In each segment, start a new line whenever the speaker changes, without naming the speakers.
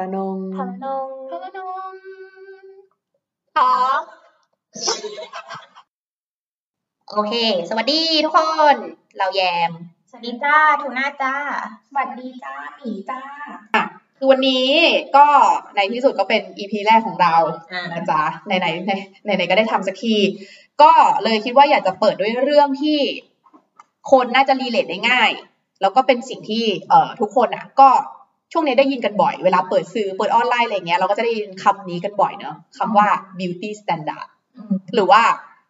ระนง
พระนง
พระนม
ขอ
โอเค สวัสดีทุกคน เราแยม
สวัสดีจ้าทูน่าจ้า
สวัสดีจ้าหมีจ้า
คือวันนี้ก็ในที่สุดก็เป็น EP แรกของเรา
อ่าน
นะจ๊ะไหนไหนไหนไหนๆก็ได้ทำสักที ก็เลยคิดว่าอยากจะเปิดด้วยเรื่องที่คนน่าจะรีเลทได้ง่าย แล้วก็เป็นสิ่งที่เอ่อทุกคนอ่ะ ก็ช่วงนี้ได้ยินกันบ่อย เวลาเปิดซื้อเปิดออนไลน์อะไรเงี้ยเราก็จะได้ยินคำนี้กันบ่อยเนอะคำว่า beauty standard
อืม
หรือว่า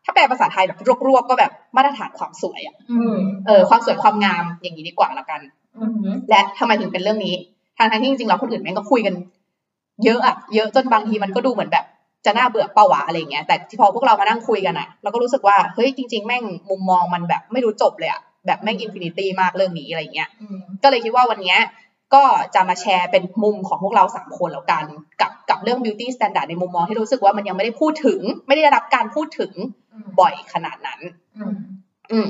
ถ้าแปลภาษาไทยแบบรวบๆก็แบบมาตรฐานความสวยอะ
อืม
เออความสวยความงามอย่างนี้ดีกว่าละกัน
อืม
และทำไมถึงเป็นเรื่องนี้ทางทางๆที่จริงๆแล้วคนอื่นแม่งก็คุยกัน เยอะอะเยอะจนบางทีมันก็ดูเหมือนแบบ จะน่าเบื่อเป้าวะอะไรเงี้ยแต่ที่พอพวกเรามานั่งคุยกันอะเราก็รู้สึกว่าเฮ้ยจริง ๆ แม่งมุมมองมันแบบไม่รู้จบเลยอะแบบแม่งอินฟินิตี้มากเรื่องนี้อะไรเงี้ย
อืม
ก็เลยคิดว่าวันเนี้ยก็จะมาแชร์เป็นมุมของพวกเราสามคนแล้วกัน กับกับเรื่อง beauty standard ในมุมมองที่รู้สึกว่ามันยังไม่ได้พูดถึง ไม่ได้รับการพูดถึง
อืม
บ่อยขนาดนั้น
อืม
อืม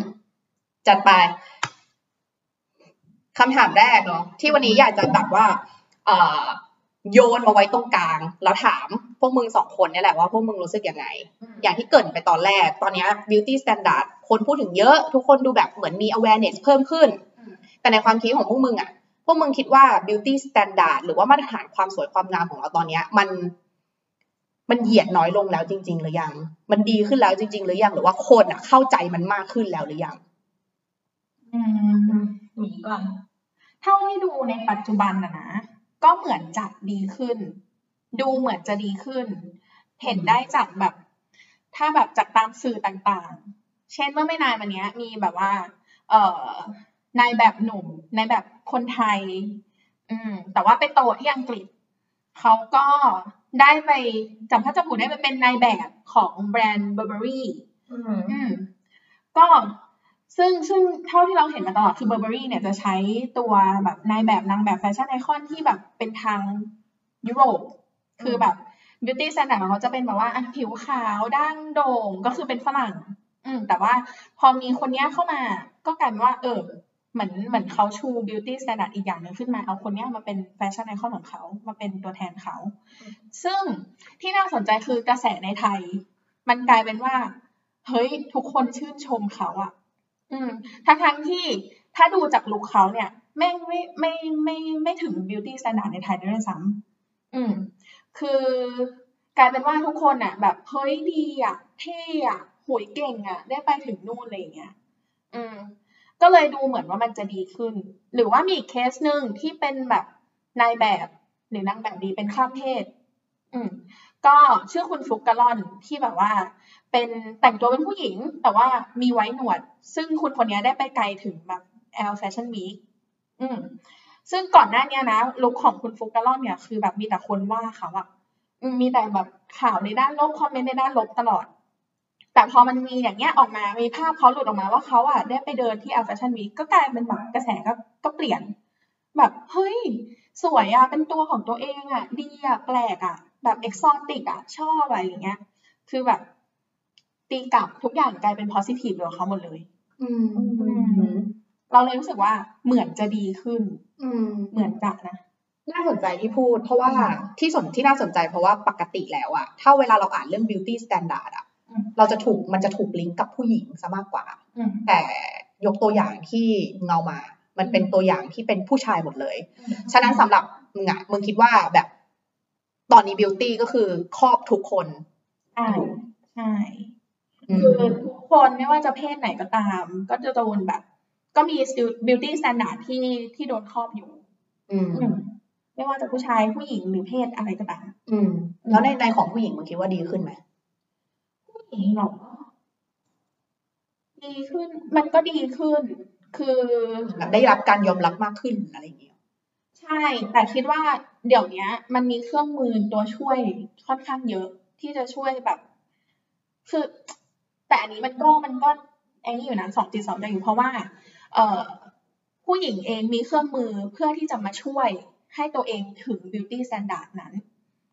จัดไปคำถามแรกเนาะที่วันนี้อยากจะแบบว่าเอ่อโยนมาไว้ตรงกลาง แล้วถามพวกมึงสองคนเนี่ยแหละว่าพวกมึงรู้สึกยังไง อย่างที่เกรินไปตอนแรก ตอนเนี้ย beauty standard คนพูดถึงเยอะ ทุกคนดูแบบเหมือนมี awareness เพิ่มขึ้น แต่ในความคิดของพวกมึงอะพวกมึงคิดว่า beauty standard หรือว่ามาตรฐานความสวยความงามของเราตอนเนี้ย มัน มันเหยียดน้อยลงแล้วจริง ๆ หรือยัง มันดีขึ้นแล้วจริง ๆ หรือยัง หรือว่าคนอะเข้าใจมันมากขึ้นแล้วหรือยัง
อืม
หมีก่อน
เท่าที่ดูในปัจจุบันนะนะ ก็เหมือนจะดีขึ้น ดูเหมือนจะดีขึ้น เห็นได้จากแบบ ถ้าแบบจากตามสื่อต่างๆ เช่นเมื่อไม่นานมาเนี้ย มีแบบว่า เอ่อนายแบบหนุ่มนายแบบคนไทย อืม แต่ว่าไปโตที่อังกฤษ เขาก็ได้ไปจำพระจำกูได้ไปเป็นนายแบบของแบรนด์ Burberry
อืม
อืมก็ซึ่งซึ่งเท่าที่เราเห็นมาตลอดคือเบอร์เบอรี่เนี่ยจะใช้ตัวแบบนายแบบนางแบบแฟชั่นไอคอนที่แบบเป็นทางยุโรป คือแบบบิวตี้ s แ a นด a r d ของเขาจะเป็นแบบว่าอ่ะผิวขาวด่างโด่งก็คือเป็นฝรั่ง อืม แต่ว่าพอมีคนเนี้ยเข้ามา ก็กลายเป็นว่า เออ เหมือนเหมือนเขาชูบิวตี้ s แ a นด a r d อีกอย่างหนึ่งขึ้นมา เอาคนเนี้ยมาเป็นแฟชั่นไอคอนของเขา มาเป็นตัวแทนเขา ซึ่งที่น่าสนใจคือกระแสในไทย มันกลายเป็นว่า เฮ้ย ทุกคนชื่นชมเขาอะอืมทั้งทั้งๆที่ถ้าดูจากลุคเขาเนี่ยแม่งไม่ไม่ไม่ไม่ไม่ถึงบิวตี้สแตนดาร์ดในไทยด้วยซ้ำอืม คือกลายเป็นว่าทุกคนอะแบบ เฮ้ยดีอะเท่อะหวยเก่งอะได้ไปถึงนู่นอะไรอย่างเงี้ย อืม ก็เลยดูเหมือนว่ามันจะดีขึ้น หรือว่ามีอีกเคสหนึ่งที่เป็นแบบนายแบบหรือนางแบบดีเป็นข้ามเพศ อืม ก็ชื่อคุณฟลุกกะลอนที่แบบว่า เป็นแต่งตัวเป็นผู้หญิง แต่ว่ามีไว้หนวด ซึ่งคุณคนนี้ได้ไปไกลถึงแบบแอลแฟชั่นวีคอืม ซึ่งก่อนหน้าเนี้ยนะลุคของคุณฟลุกกะลอนเนี่ยคือแบบมีแต่คนว่าเขาอะอืมมีแต่แบบข่าวในด้านลบคอมเมนต์ในด้านลบตลอด แต่พอมันมีอย่างเงี้ยออกมา มีภาพเขาหลุดออกมาว่าเขาอะได้ไปเดินที่แอลแฟชั่นวีคก็กลายเป็นแบบกระแสก็ก็เปลี่ยน แบบเฮ้ย สวยอะเป็นตัวของตัวเองอะดีอะแปลกอะแบบเอกซอติกอะชอบอะไรอย่างเงี้ย คือแบบ ตีกลับทุกอย่างกลายเป็น positive ของเขาหมดเลย
อืม
เราเลยรู้สึกว่าเหมือนจะดีขึ้น
อืม
เหมือนจะนะ
น่าสนใจที่พูด เพราะว่าที่สนที่น่าสนใจเพราะว่าปกติแล้วอะถ้าเวลาเราอ่านเรื่อง beauty standard อะ
อืม
เราจะถูกมันจะถูกลิงก์กับผู้หญิงซะมากกว่า
อืม
แต่ยกตัวอย่างที่เงเอามา มันเป็นตัวอย่างที่เป็นผู้ชายหมดเลย ฉะนั้นสำหรับมึงอะมึงคิดว่าแบบตอนนี้ beauty ก็คือครอบทุกคน
ใช่ใช่
อืม
คือทุกคนไม่ว่าจะเพศไหนก็ตาม ก็จะโดนแบบ ก็มี still- beauty standard ที่ที่โดนครอบอยู่
อืม
อืม ไม่ว่าจะผู้ชายผู้หญิงหรือเพศอะไรก็ตาม
อืม แล้วในในของผู้หญิงมึงคิดว่าดีขึ้นไหม
ดีหรอดีขึ้น มันก็ดีขึ้น คือ
แบบได้รับการยอมรับมากขึ้นอะไรอย่างเงี้ย
ใช่ แต่คิดว่าเดี๋ยวเนี้ย มันมีเครื่องมือตัวช่วยค่อนข้างเยอะที่จะช่วยแบบ คือ แต่อันนี้มันก็มันก็ไอ้นี่อยู่นะสองจิตสองใจอยู่เพราะว่า เอ่อผู้หญิงเองมีเครื่องมือเพื่อที่จะมาช่วยให้ตัวเองถึง beauty standard นั้น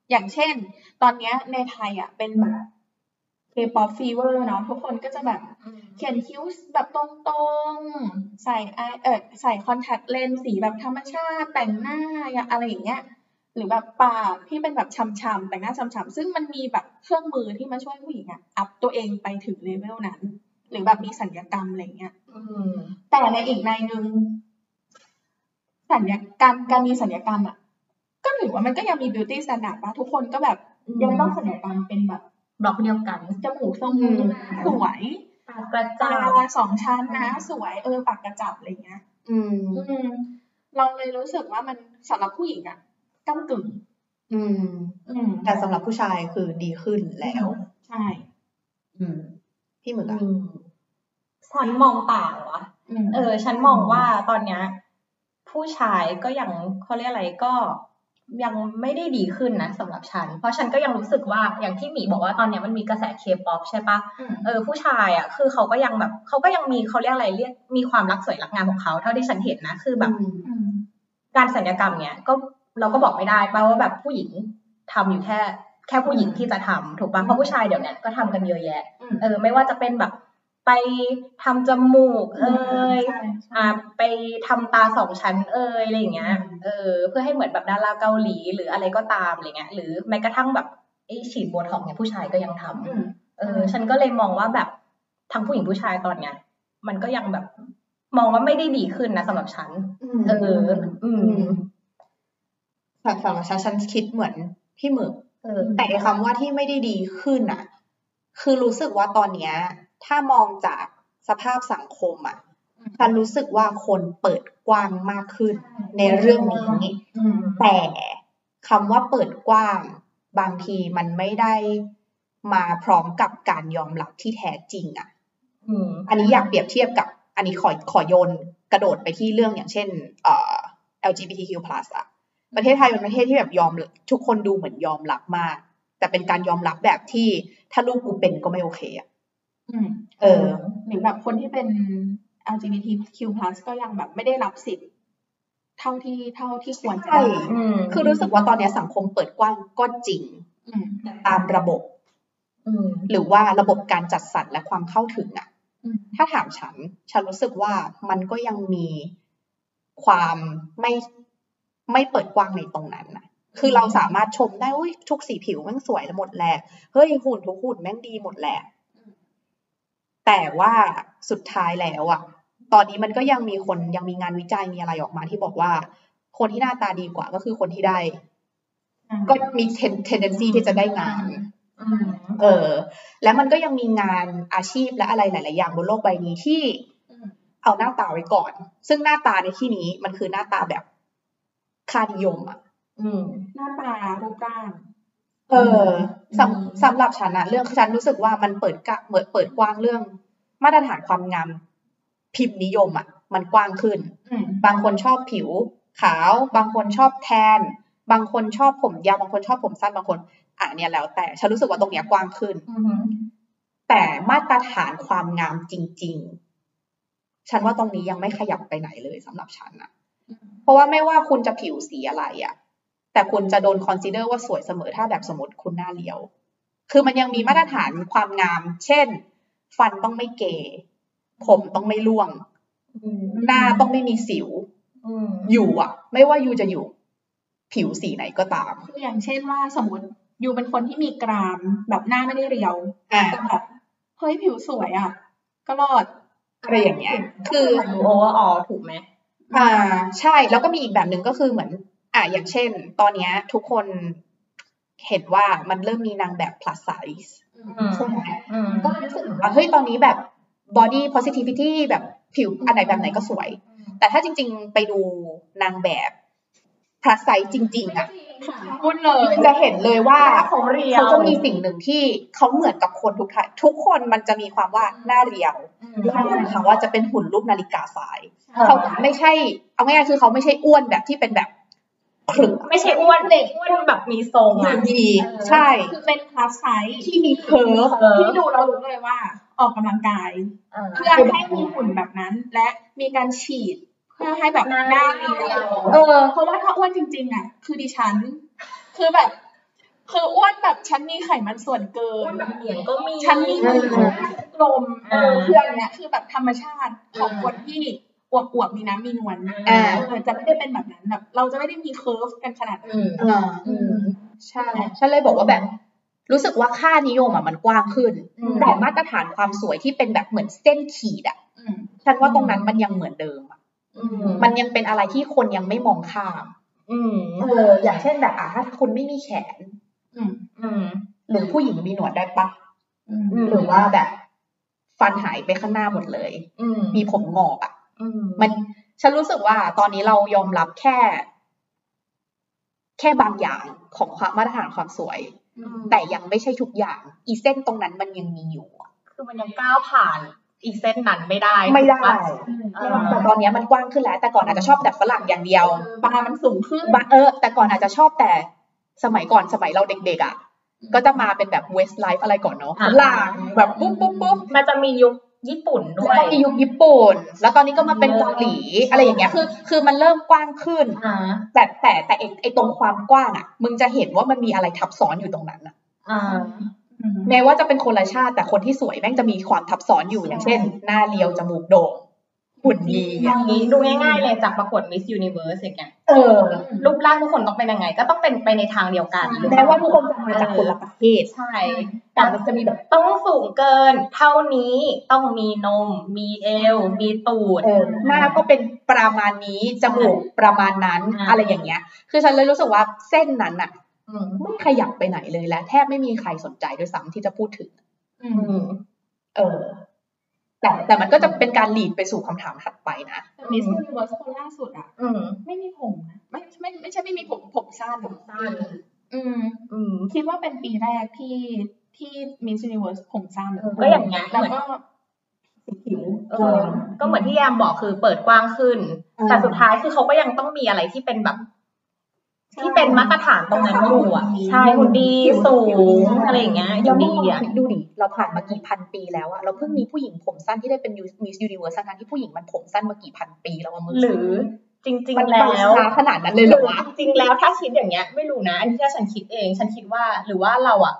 อย่างเช่น ตอนเนี้ยในไทยอ่ะเป็นแบบ K-pop fever เนาะทุกคนก็จะแบบ เขียนคิ้วแบบตรงๆ ใส่ไอเออใส่คอนแทคเลนส์สีแบบธรรมชาติแต่งหน้าอย่างอะไรอย่างเงี้ย หรือแบบปากที่เป็นแบบช้ำๆแต่งหน้าช้ำๆซึ่งมันมีแบบเครื่องมือที่มาช่วยผู้หญิงอะอัพตัวเองไปถึงเลเวลนั้น หรือแบบมีสัญญกรรมอะไรเงี้ย
อืม
แต่ในอีกในหนึ่งสัญญาการการมีสัญญกรรมอ่ะ ก็ถือว่ามันก็ยังมี beauty standard ปะทุกคนก็แบบยังต้องสัญญกรรมเป็นแบบ
บล็อกเดียวกัน
จมูกทรง
อืม
สวย
ปากกระจา
ตาย สองชั้นนะสวยเออปากกระจับอะไรเงี้ย
อืม
อืม เราเลยรู้สึกว่ามันสำหรับผู้หญิงอ่ะก้ากึ่ง
อืม
อืม
แต่สำหรับผู้ชายคือดีขึ้นแล้ว
ใช่
อืม พี่เหมือนกัน
อืมฉันมองต่างวะ
อืม
เออ ฉันมองว่าตอนเนี้ยผู้ชายก็ยังเขาเรียกอะไรก็ยังไม่ได้ดีขึ้นนะสำหรับฉัน เพราะฉันก็ยังรู้สึกว่าอย่างที่หมีบอกว่าตอนเนี้ยมันมีกระแสเคป๊อปใช่ปะ
ม
เออผู้ชายอ่ะคือเขาก็ยังแบบเขาก็ยังมีเขาเรียกอะไรเรียกมีความรักสวยรักงามของเขาเท่าที่ฉันเห็นนะคือแบบ
อืม
การสัญญกรรมเนี่ยก็เราก็บอกไม่ได้ป่ะว่าแบบผู้หญิงทำอยู่แค่ แค่ผู้หญิงที่จะทำถูกป่ะเพราะผู้ชายเดี๋ยวเนี้ยก็ทำกันเยอะแยะ
อืม
เออไม่ว่าจะเป็นแบบไปทำจมูกเอ่ย
ใช่ใช่
อ่าไปทำตาสองชั้นเอ่ยอะไรอย่างเงี้ยเออเพื่อให้เหมือนแบบดาราเกาหลีหรืออะไรก็ตามอะไรเงี้ยหรือแม้กระทั่งแบบไอฉีดโบท็อกซ์เนี่ยผู้ชายก็ยังทำ
อืม
เออฉันก็เลยมองว่าแบบทั้งผู้หญิงผู้ชายตอนเนี้ยมันก็ยังแบบมองว่าไม่ได้ดีขึ้นนะสำหรับฉัน เออ อืม
สำหรับสำหรับฉันฉันคิดเหมือนพี่หมึก
เออ
แต่ไอ้คำว่าที่ไม่ได้ดีขึ้นอ่ะ คือรู้สึกว่าตอนเนี้ย ถ้ามองจากสภาพสังคมอ่ะ
อืม
ฉันรู้สึกว่าคนเปิดกว้างมากขึ้นในเรื่องนี้
อืม
แต่คำว่าเปิดกว้าง บางทีมันไม่ได้มาพร้อมกับการยอมรับที่แท้จริงอ่ะ
อืม
อันนี้อยากเปรียบเทียบกับ อันนี้ขอขอโยนกระโดดไปที่เรื่องอย่างเช่นเอ่อ LGBTQ+ อะประเทศไทยเป็นประเทศที่แบบยอมทุกคนดูเหมือนยอมรับมาก แต่เป็นการยอมรับแบบที่ถ้าลูกกูเป็นก็ไม่โอเคอะ
อืม
เออ
หรือแบบคนที่เป็น LGBTQ+ ก็ยังแบบไม่ได้รับสิทธิ์เท่าที่เท่าที่ควรจะ
ใช่
ได้
อืม
คือรู้สึกว่าตอนเนี้ยสังคมเปิดกว้างก็จริง
อืม
ตามระบบ
อืม
หรือว่าระบบการจัดสรรและความเข้าถึงอะ
อืม
ถ้าถามฉัน ฉันรู้สึกว่ามันก็ยังมีความไม่ไม่เปิดกว้างในตรงนั้นนะคือเราสามารถชมได้อุ้ยทุกสีผิวแม่งสวยและหมดแหละเฮ้ยหุ่นทุกหุ่นแม่งดีหมดแหละแต่ว่าสุดท้ายแล้วอะตอนนี้มันก็ยังมีคนยังมีงานวิจัยมีอะไรออกมาที่บอกว่า คนที่หน้าตาดีกว่าก็คือคนที่ได้
อืม
ก็มี tendency ที่จะได้งาน
อืม
เออแล้วมันก็ยังมีงานอาชีพและอะไรหลาย ๆ อย่างบนโลกใบนี้ที่
อืม
เอาหน้าตาไว้ก่อน ซึ่งหน้าตาในที่นี้มันคือหน้าตาแบบค่านิยมอ่ะ
อืม
หน้าตารูปร่าง
เออส
อืม
ำสำหรับฉันนะเรื่องฉันรู้สึกว่ามันเปิดกะเปิดเปิดกว้างเรื่อง มาตรฐานความงามพิมพ์นิยมอ่ะมันกว้างขึ้น
อืม
บางคนชอบผิวขาว บางคนชอบแทน บางคนชอบผมยาวบางคนชอบผมสั้นบางคนอ่ะเนี่ยแล้ว แต่ฉันรู้สึกว่าตรงเนี้ยกว้างขึ้น
อืม
แต่มาตรฐานความงามจริง ๆ ฉันว่าตรงนี้ยังไม่ขยับไปไหนเลยสำหรับฉันนะ
อืม
เพราะว่าไม่ว่าคุณจะผิวสีอะไรอะแต่คุณจะโดนคอนซีเดอร์ว่าสวยเสมอถ้าแบบสมมติคุณหน้าเลี้ยว คือมันยังมีมาตรฐานความงาม เช่น ฟันต้องไม่เกยผมต้องไม่ร่วง
อืม
หน้าต้องไม่มีสิว
อืม
อยู่อะไม่ว่าอยู่จะอยู่ ผิวสีไหนก็ตาม
คืออย่างเช่นว่าสมมติยูเป็นคนที่มีกรามแบบหน้าไม่ได้เรียว
อ่ะ
แต่แบบเฮ้ยผิวสวยอ่ะ ก็รอด
อะไรอย่างเงี้ย
คื
คืออ
ดูโอเวอร์ออถูกไหม
อ่าใช่แล้วก็มีอีกแบบหนึ่งก็คือเหมือน อ่าอย่างเช่น ตอนเนี้ยทุกคนเห็นว่ามันเริ่มมีนางแบบ plus size
อืม
ใช่ไหม
อืม
ก็รู้สึกเหมือนว่าเฮ้ยตอนนี้แบบ body positivity แบบผิวอันไหนแบบไหนก็สวย แต่ถ้าจริงๆไปดูนางแบบ plus size จริง ๆ อ่ะ
พูดเลย
จะเห็นเลยว่า
หน้าเขาเรียว
เขาจะมีสิ่งหนึ่งที่เขาเหมือนกับคนทุกท่านทุกคนมันจะมีความว่าหน้าเรียว
อืม
แล้วหุ่นเขาว่าจะเป็นหุ่นรูปนาฬิกาสาย
เออ
เขาไม่ใช่ เอาง่ายๆคือเขาไม่ใช่อ้วนแบบที่เป็นแบบขรึก
ไม่ใช่อ้วนเด็กอ้วนแบบมีทรง
หรื
อ่ะ
อดีใช่
คือเป็น plus size
ที่มีเคิร์ฟ
เออ
ที่ดูเรารู้เลยว่า ออกกำลังกาย
เออ
เพื่อให้มีหุ่นแบบนั้น และมีการฉีดเพื่อให้แบบหน้าเรียวเออ เพราะว่าถ้าอ้วนจริง ๆ อ่ะ คือดิฉัน คือแบบ คืออ้วนแบบฉันมีไขมันส่วนเกิ
อ้วน นแบบเหนียงก็มี
ฉันมีผิวหน้ากลมเอ
เอ
อ
อ
เครื่องเนี้ยคือแบบธรรมชาติของ
เออ
คนที่ อวบอวบๆมีน้ำมีนวล
อ่า
เออจะไม่ได้เป็นแบบนั้นแบบเราจะไม่ได้มีเคิร์ฟกันขนาดนั้น
อืม
อ่า
อืม
ใช่ ฉันเลยบอกว่าแบบ รู้สึกว่าค่านิยมอ่ะมันกว้างขึ้น
อืม
แต่มาตรฐานความสวยที่เป็นแบบเหมือนเส้นขีดอ่ะ
อืม
ฉันว่าตรงนั้นมันยังเหมือนเดิมอะ
อืม
มันยังเป็นอะไรที่คนยังไม่มองข้าม
อืม
เอออย่างเช่นแบบอ่ะถ้าคุณไม่มีแขน
อืม
อืม
หรือผู้หญิงมีหนวดได้ปะ
อืม
ม
หรือว่าแบบ ฟันหายไปข้างหน้าหมดเลย
อืม
มีผมงอกอ่ะ
อืม
มันฉันรู้สึกว่าตอนนี้เรายอมรับแค่ แค่บางอย่างของความมาตรฐานความสวย
อืม
แต่ยังไม่ใช่ทุกอย่าง อีเส้นตรงนั้นมันยังมีอยู่อะ
คือมันยังก้าวผ่านอีกเส้นนั้นไม่ได้
ไม่ได้
ถูกปะ เออ
แต่ตอนนี้มันกว้างขึ้นแล้ว แต่ก่อนอาจจะชอบแต่ฝรั่งอย่างเดียว
บาร์มันสูงขึ้น
บะเออ แต่ก่อนอาจจะชอบแต่สมัยก่อนสมัยเราเด็กๆอ่ะ ก็จะมาเป็นแบบเวสไลฟ์อะไรก่อนเนาะฝรั่งแบบปุ๊บปุ๊บปุ๊บ
มันจะมียุคญี่ปุ่นด้
แล้ว วย ก็มียุคญี่ปุ่น แล้วตอนนี้ก็มาเป็นเกาหลี
เอออ
อะไรอย่างเงี้ย คือ คือมันเริ่มกว้างขึ้น
อ่า
แต่แต่แต่ไอ้ไอตรงความกว้างอ่ะ มึงจะเห็นว่ามันมีอะไรทับซ้อนอยู่ตรงนั้นอ่ะ
อ่า
แม้ว่าจะเป็นคนละชาติ แต่คนที่สวยแม่งจะมีความทับซ้อนอยู่
ใช่
อย่างเช่น หน้าเรียว จมูกโด่ง หุ่นดี
อ
อะ
ย่างนี้ดูง่ายๆเลยจากประกวด Miss Universe อย่างเงี้ย
เออ
รูปร่างทุกคนต้องเป็นยังไง ก็ต้องเป็นไปในทางเดียวกัน
ใช่
หรือ
แม้ว่าทุกคนจะมาจากคนละประเทศ
ใช่ แต่มันจะมีแบบต้องสูงเกิน เท่านี้ต้องมีนม มีเอว มีตูด
เออหน้าก็เป็นประมาณนี้ จมูกประมาณนั้น
อ่า
อะไรอย่างเงี้ย คือฉันเลยรู้สึกว่าเส้นนั้นอ่ะ
ม
ไม่ขยับไปไหนเลยและแทบไม่มีใครสนใจด้วยซ้ำที่จะพูดถึง
อื
อื
ม
ม
เออ แต่แต่มันก็จะเป็นการหลีดไปสู่คำถามถัดไปนะ
มิสยูนิเวิร์สคนล่าสุดอ่ะ
อืม
ไม่มีผมนะ ไม่ไม่ไม่ใช่ไม่มีผมผมสั้น
สั้น
อืม
อืม
คิดว่าเป็นปีแรกที่ที่มิสยูนิเวิร์สผมสั้น
เออก็อย่างเงี้ย
แล้วก็สีผิว
เออก็เหมือนที่แยมบอกคือเปิดกว้างขึ้น
อืม
แต่สุดท้ายคือเขาก็ยังต้องมีอะไรที่เป็นแบบ ที่เป็นมาตรฐานตรงนั้นอยู่อ่ะ ใช่หุ่นดีสูงอะไรอย่างเงี้ยอ
เรา
ยู่
ไม่
ดี
ลอง
อ่ะ
คิดดูดิ เราผ่านมากี่พันปีแล้วอะเราเพิ่งมีผู้หญิงผมสั้นที่ได้เป็นมิสยูนิเวิร์สทั้งๆที่ผู้หญิงมันผมสั้นมากี่พันปีแล้วอะมึง
หรือจริง
มัน
ๆ แล้ว
ช้าขนาดนั้นเลยเหรอวะ
จริงๆแล้วถ้าคิดอย่างเงี้ย ไม่รู้นะ อันนี้ถ้าฉันคิดเอง ฉันคิดว่าหรือว่าเราอ่ะ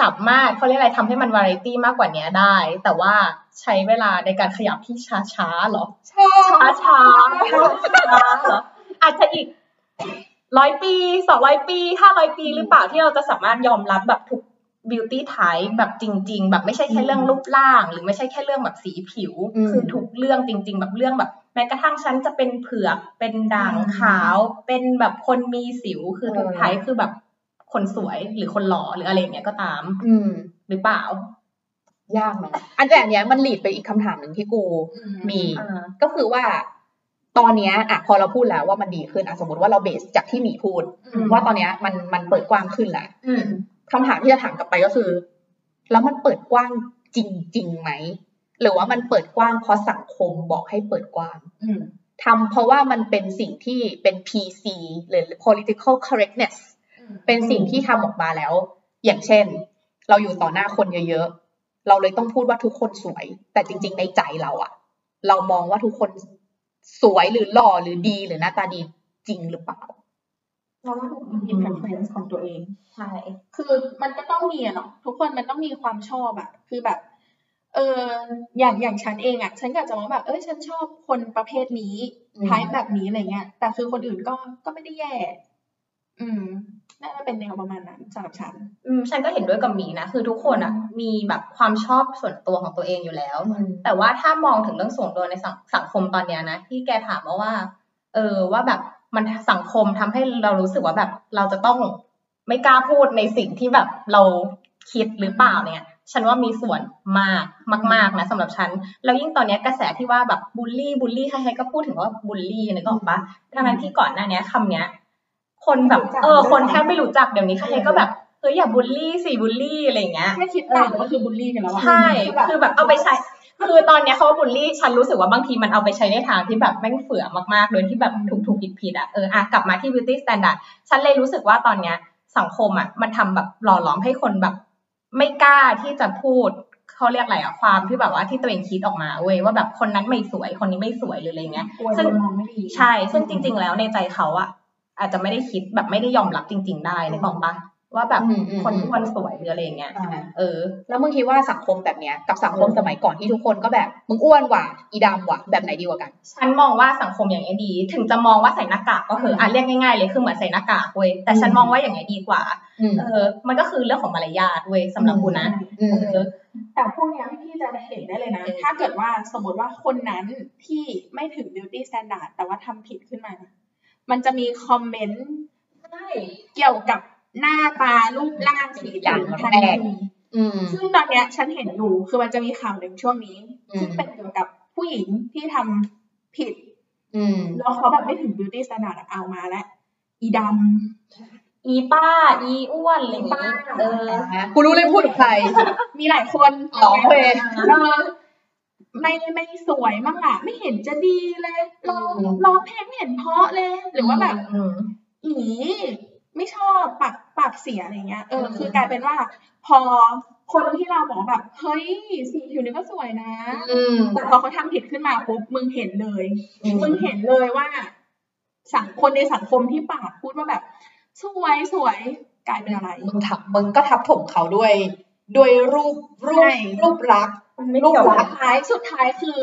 สามารถเขาเรียกอะไรทำให้มันวาไรตี้มากกว่าเนี้ยได้ แต่ว่าใช้เวลาในการขยับที่ช้าๆหรอ
ใช่
ช้าช้าช้าเหรออาจจะอีกร้อยปีสองร้อยปีห้าร้อยปีหรือเปล่าที่เราจะสามารถยอมรับแบบทุกบิวตี้ไทป์แบบจริง ๆ แบบไม่ใช่แค่เรื่องรูปร่าง หรือไม่ใช่แค่เรื่องแบบสีผิว คือทุกเรื่องจริง ๆ แบบเรื่องแบบ แม้กระทั่งฉันจะเป็นเผือกเป็นด่างขาว เป็นแบบคนมีสิวคือทุกไทป์คือแบบคนสวยหรือคนหล่อหรืออะไรอย่างเงี้ยก็ตาม
อืม
หรือเปล่าย
ากเนาะอันแต่อันเนี้ยมันหลีดไปอีกคำถามหนึ่งที่กูมี
อ่า
ก็คือว่า ตอนเนี้ยอะพอเราพูดแล้วว่ามันดีขึ้นอะสมมติว่าเราเบสจากที่หมีพูด
อืม
ว่าตอนเนี้ยมันมันเปิดกว้างขึ้นแหละ
อืม
คำถามที่จะถามกลับไปก็คือ แล้วมันเปิดกว้างจริงจริงๆไหม หรือว่ามันเปิดกว้างเพราะสังคมบอกให้เปิดกว้าง
อืม
ทำเพราะว่ามันเป็นสิ่งที่เป็น PC หรือ political correctness
อืม
เป็นสิ่งที่ทำออกมาแล้ว อย่างเช่น เราอยู่ต่อหน้าคนเยอะๆ เราเลยต้องพูดว่าทุกคนสวย แต่จริง ๆ ในใจเราอะเรามองว่าทุกคนสวยหรือหล่อหรือดีหรือหน้าตาดีจริงหรือเปล่า
เราว่ามันมี preference ของตัวเอง
ใช่
คือมันก็ต้องมีอะเนาะทุกคนมันต้องมีความชอบอะคือแบบ เอออย่างอย่างฉันเองอะฉันก็อาจจะมองแบบเอ้ยฉันชอบคนประเภทนี้
อืม
ทายแบบนี้อะไรเงี้ย แต่คือคนอื่นก็ก็ไม่ได้แย่ อืมน่าจะเป็นแนวประมาณนั้นสำหรับฉัน
อืมฉันก็เห็นด้วยกับหมีนะ คือทุกคนอ่ะ มีแบบความชอบส่วนตัวของตัวเองอยู่แล้ว แต่ว่าถ้ามองถึงเรื่องส่วนรวมในสังสังคมตอนเนี้ยนะ ที่แกถามมาว่า เออว่าแบบมันสังคมทำให้เรารู้สึกว่าแบบ เราจะต้องไม่กล้าพูดในสิ่งที่แบบเราคิดหรือเปล่าเนี่ย ฉันว่ามีส่วนมากมาก ๆนะสำหรับฉันแล้วยิ่งตอนเนี้ยกระแสที่ว่าแบบบูลลี่บูลลี่ใครๆก็พูดถึงว่าบูลลี่นึกออกปะทั้งนั้นที่ก่อนหน้าเนี้ยคำเนี้ย คนแบบเออ คนแทบไม่รู้จักเดี๋ยวนี้ใครๆก็แบบเฮ้ยอย่าบูลลี่สิบูลลี่อะไรอย่างเงี้ย
แค่คิดต่างก็คือบูลลี่กันแล้วอะ
ใช่ คือแบบเอาไปใช้ คือตอนเนี้ยเขาบูลลี่ ฉันรู้สึกว่าบางทีมันเอาไปใช้ในทางที่แบบแม่งเฟื่อมากๆ โดยที่แบบถูกถูกผิดผิดๆอ่ะ เออ อ่ะ กลับมาที่ beauty standard ฉันเลยรู้สึกว่าตอนเนี้ยสังคมอ่ะ มันทำแบบหล่อหลอมให้คนแบบ ไม่กล้าที่จะพูด เขาเรียกอะไรอ่ะ ความที่แบบว่าที่ตัวเองคิดออกมาเว้ยว่าแบบคนนั้นไม่สวย คนนี้ไม่สวยหรืออะไรเงี้ย
กลัวโดนมองไม่ดี
ใช่ ซึ่งจริง ๆ แล้วในใจเขาอ่ะ อาจจะไม่ได้คิดแบบไม่ได้ยอมรับจริง ๆ ได้นึกออกปะ ว่าแบบ
อืมอืม
คนอ้วนสวยหรืออะไรอย่างเงี้ย
อ่า
เออ
แล้วมึงคิดว่าสังคมแบบเนี้ยกับสังคม
เออ
สมัยก่อนที่ทุกคนก็แบบมึงอ้วนว่ะอีดำว่ะแบบไหนดีกว่ากัน
ฉันมองว่าสังคมอย่างไงยดี ถึงจะมองว่าใส่หน้ากากก็คืออ่ะเรียกง่ายๆเลยคือเหมือนใส่หน้ากากเว้ยแต่ฉันมองว่าอย่างไงยดีกว่า
อืม
เออ มันก็คือเรื่องของมารยาทเว้ยสำหรับกูนะ
อืม
เออ
แต่พวกเนี้ยพี่จะเห็นได้เลยนะ
เออ
ถ้าเกิดว่าสมมติว่าคนนั้นที่ไม่ถึง beauty standard แต่ว่าทำผิดขึ้นมา มันจะมีคอมเมนต์
ใช่
เกี่ยวกับหน้าตารูปร่างสีสันทัน
แรก
ที
อืม
ซึ่งตอนเนี้ยฉันเห็นอยู่คือมันจะมีข่าวหนึ่งช่วงนี้
อืม
ซึ่งเป็นเกี่ยวกับผู้หญิงที่ทำผิด
อืม
แล้วเขาแบบไม่ถึง beauty standard อะเอามาแล้วอีดำ
อีป้า อีอ้วนอะไรอย่าง
อี
งี้
ป้า
เออ
กูรู้เลยพูดกับใคร
มีหลายคน
อ๋อโอเค
เออไม่ไม่สวยมากอะไม่เห็นจะดีเลยร้อง
อืม
ร้องเพลงไม่เห็นเพราะเลย หรือว่าแบบ
อืม
อีไม่ชอบปากปากเสียอะไรเงี้ยเอออ
ม
คือกลายเป็นว่า พอคนที่เราบอกแบบ เฮ้ยสีผิวนี้ก็สวยนะ
อืม
แต่พอเขาทำผิดขึ้นมาปุ๊บมึงเห็นเลย
อืม
มึงเห็นเลยว่า สังคนในสังคมที่ปากพูดว่าแบบ สวยสวยกลายเป็นอะไร
มึงทับมึงก็ทับถมเขาด้วย ด้วยรูปรูป
ใช่
รูปลักษณ์
มันไม่
รูป
เกี่ยว
ลั
กั
สุด
ก
น
ษณ์
ท้ายสุดท้ายคือ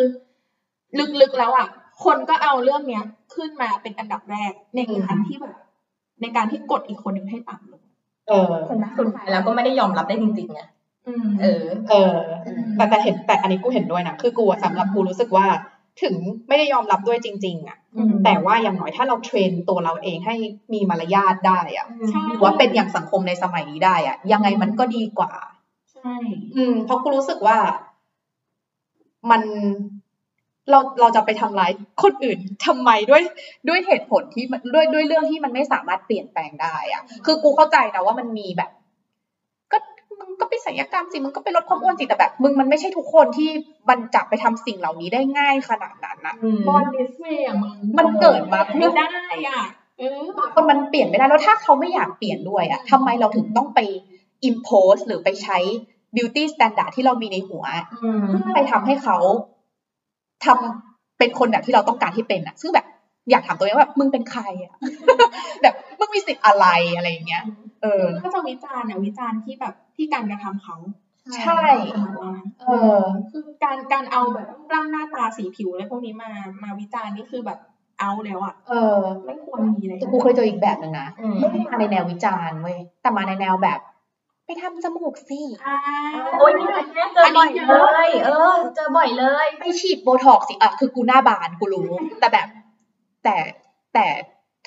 ลึกๆแล้วอ่ะ คนก็เอาเรื่องเนี้ย ขึ้นมาเป็นอันดับแรกในการที่แบบ ในการที่กดอีกคนหนึ่งให้ต่ำลง
เออ
เห็นไหมสุดท้ายแล้วก็ไม่ได้ยอมรับได้จริงๆไง
อืม
เออ
เออ
อืม
แต่แต่เห็นแต่อันนี้กูเห็นด้วยนะ คือกูอะสำหรับกูรู้สึกว่า ถึงไม่ได้ยอมรับด้วยจริง ๆ อ่ะ
อืม
แต่ว่าอย่างน้อยถ้าเราเทรนตัวเราเองให้มีมารยาทได้อ่ะ
ใช่
หรือว่าเป็นอย่างสังคมในสมัยนี้ได้อ่ะ ยังไงมันก็ดีกว่า
ใช่
อืมเพราะกูรู้สึกว่ามันเราเราจะไปทำร้ายคนอื่นทำไมด้วยด้วยเหตุผลที่มันด้วยด้วยเรื่องที่มันไม่สามารถเปลี่ยนแปลงได้อะคือกูเข้าใจนะว่ามันมีแบบ ก็มึงก็ไปศัลยกรรมสิมึงก็ไปลดความอ้วนสิแต่แบบ มึงมันไม่ใช่ทุกคนที่บรรจับไปทำสิ่งเหล่านี้ได้ง่ายขนาดนั้นนะ
บอลดิสเวย์อ่ะมึง
มันเกิดมาเพื่
เพื่
อ
อได้อ่ะเออ
คนมันเปลี่ยนไม่ได้แล้วถ้าเขาไม่อยากเปลี่ยนด้วยอะทำไมเราถึงต้องไป impose หรือไปใช้ beauty standard ที่เรามีในหัว
อืม
เพื่อไปทำให้เขาทำเป็นคนแบบที่เราต้องการที่เป็นอะซึ่งแบบอยากถามตัวเองว่าแบบมึงเป็นใครอะ แบบมึงมีสิทธิ์อะไรอะไรอย่างเงี้ย เออ
ก็จะวิจารณ์อ่ะวิจารณ์ที่แบบที่การกระทำเขา
ใช่
ประมาณว่า
เออ
คือการการเอาแบบรูปร่างหน้าตาสีผิวอะไรพวกนี้มามาวิจารณ์นี่คือแบบเอาแล้วอ่ะ
เออ
ไม่ควรมีเลย
แต่กูเคยเจออีกแบบหนึ่งนะ
อืม
ไม่ได้มาในแนววิจารณ์เว้ยแต่มาในแนวแบบ ไปทำจมูกสิ
อ่า
โอ๊ยนี่แหละเจอบ่อยเลย เออ เจอบ่อยเลย
ไปฉีดโบท็อกซ์สิอ่ะคือกูหน้าบานกูรู้ แต่แบบ แต่แต่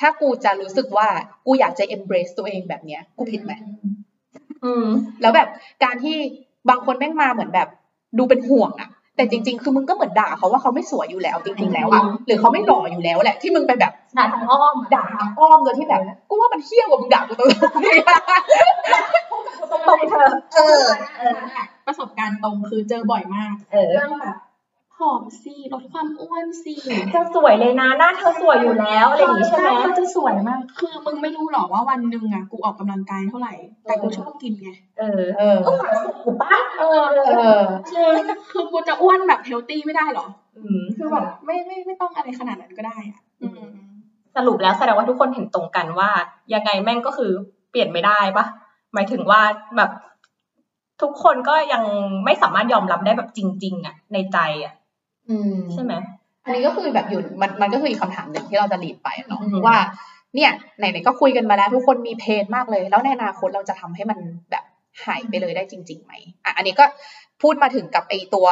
ถ้ากูจะรู้สึกว่ากูอยากจะ embrace ตัวเองแบบเนี้ย กูผิดไหม
อืม
แล้วแบบการที่บางคนแม่งมาเหมือนแบบ ดูเป็นห่วงอะแต่จริง ๆ คือมึงก็เหมือนด่าเขาว่าเขาไม่สวยอยู่แล้ว จริง ๆ แล้วอะหรือเขาไม่หล่ออยู่แล้วแหละที่มึงไปแบบ
ด่าทางอ้อม
ด่าทางอ้อมโดยที่แบบกูว่ามันเที่ยวกว่ามึงด่ากูตัว
ตรงเธอ
เออ
เออประสบการณ์ตรงคือเจอบ่อยมาก
เออ
เรื่องแบบผอมสิลดความอ้วนสิ
เธอสวยเลยนะ หน้าเธอสวยอยู่แล้วอะไรอย่างนี้ใช่ไหม
น้ามันจะสวยมาก คือมึงไม่รู้หรอกว่าวันหนึ่งอ่ะกูออกกำลังกายเท่าไหร่ แต่กู
เออ
ชอบกินไง
เออ
เออ
ก็หวานสุดปะเออ
เออ
คือคือกูจะอ้วนแบบเฮลตี้ไม่ได้หรอ
อืม
คือแบบไม่ไม่ไม่ต้องอะไรขนาดนั้นก็ได้อ่ะอืม
สรุปแล้วแสดงว่าทุกคนเห็นตรงกันว่า ยังไงแม่งก็คือเปลี่ยนไม่ได้ปะหมายถึงว่าแบบทุกคนก็ยังไม่สามารถยอมรับได้แบบจริง ๆ อ่ะ ในใจอ่ะ
อืม
ใช่ไหม
อันนี้ก็คือแบบอยู่มันมันก็คืออีกคำถามหนึ่งที่เราจะหลีดไปอะเนาะ
อืม
ว่า เนี่ยไหนๆก็คุยกันมาแล้ว ทุกคนมีเพนมากเลย แล้วในอนาคตเราจะทำให้มันแบบหายไปเลยได้จริงๆไหมอ่ะอันนี้ก็พูดมาถึงกับไอตัว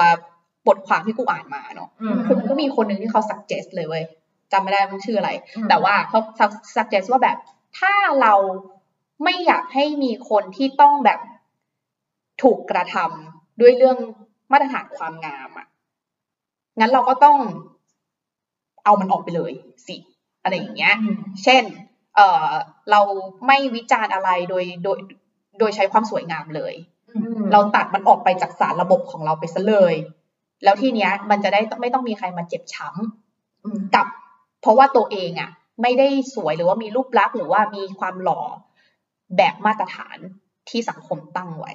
บทความที่กูอ่านมาเนาะ
อืม
คือมันก็มีคนหนึ่งที่เขา suggest เลยเว้ยจำไม่ได้มันชื่ออะไร แต่ว่าเขา sug- suggest ว่าแบบ ถ้าเราไม่อยากให้มีคนที่ต้องแบบถูกกระทำด้วยเรื่องมาตรฐานความงามอะงั้นเราก็ต้องเอามันออกไปเลยสิอะไรอย่างเงี้ย
อืม
เช่น เออเราไม่วิจารณ์อะไรโดยโดยโดยใช้ความสวยงามเลย
อืม
เราตัดมันออกไปจากสารระบบของเราไปซะเลย แล้วทีเนี้ย มันจะได้ไม่ต้องมีใครมาเจ็บช้ำ
อืม
กับเพราะว่าตัวเองอะ่ะ ไม่ได้สวยหรือว่ามีรูปลักษณ์หรือว่ามีความหล่อแบบมาตรฐานที่สังคมตั้งไว้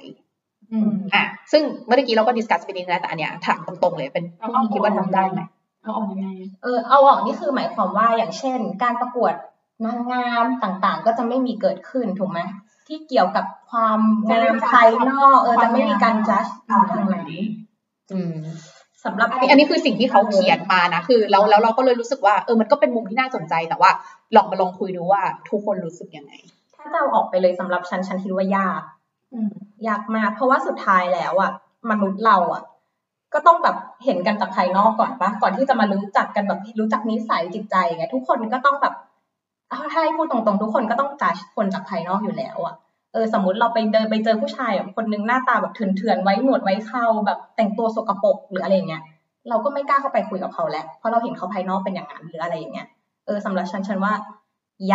อืม
อ่ะซึ่งเมื่อกี้เราก็ดิสคัสไปนิดนึงแล้วแต่อันเนี้ยถามตรงๆเลยเป็นพี่คิดว่าทำได้ไหม
เอาออกยังไง
เออเอาออกนี่คือหมายความว่าอย่างเช่น การประกวด นางงามต่างๆ ก็จะไม่มีเกิดขึ้นถูกไหมที่เกี่ยวกับความ
ไม่
งา
ได้
ม
judge
ภายนอกเออ
ความ
จะไม่มีการ
งาม
จัด
อ่า
ตรงไหน
อืม
สำหรับ
อันนี้อันนี้คือสิ่งที่เขาเขียนมานะคือแล้วแล้วเราก็เลยรู้สึกว่าเออมันก็เป็นมุมที่น่าสนใจแต่ว่าลองมาลองคุยดูว่าทุกคนรู้สึกยังไง
ถ้าจะเอาออกไปเลยสำหรับฉันฉันคิดว่ายาก
อืม
ยากมาก เพราะว่าสุดท้ายแล้วอ่ะมนุษย์เราอ่ะ ก็ต้องแบบเห็นกันจากภายนอกก่อนปะก่อนที่จะมารู้จักกันแบบรู้จักนิสัยจิตใจไงทุกคนก็ต้องแบบเอาถ้าให้พูดตรงๆ ทุกคนก็ต้องจัดคนจากภายนอกอยู่แล้วอ่ะเออสมมติเราไปเดินไปเจอผู้ชายอะคนนึงหน้าตาแบบเถื่อนๆไว้หนวดไว้เขาแบบแต่งตัวสกปรกหรืออะไรอย่างเงี้ยเราก็ไม่กล้าเข้าไปคุยกับเขาแล้วเพราะเราเห็นเขาภายนอกเป็นอย่างนั้นหรืออะไรอย่างเงี้ยเออสำหรับฉันฉันว่า